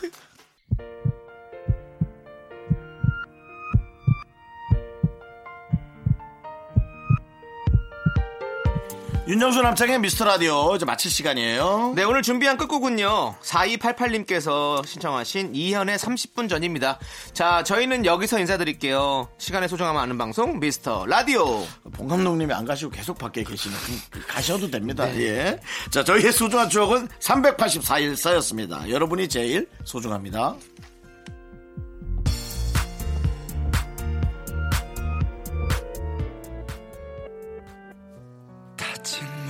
Speaker 3: 윤정수 남창의 미스터 라디오 이제 마칠 시간이에요.
Speaker 4: 네, 오늘 준비한 끝곡은요. 4288님께서 신청하신 이현의 30분 전입니다. 자, 저희는 여기서 인사드릴게요. 시간의 소중함 아는 방송, 미스터 라디오.
Speaker 3: 본 감독님이 안 가시고 계속 밖에 계시는 가셔도 됩니다. 예. 자, 저희의 소중한 추억은 384일 쌓였습니다. 여러분이 제일 소중합니다.
Speaker 12: 다친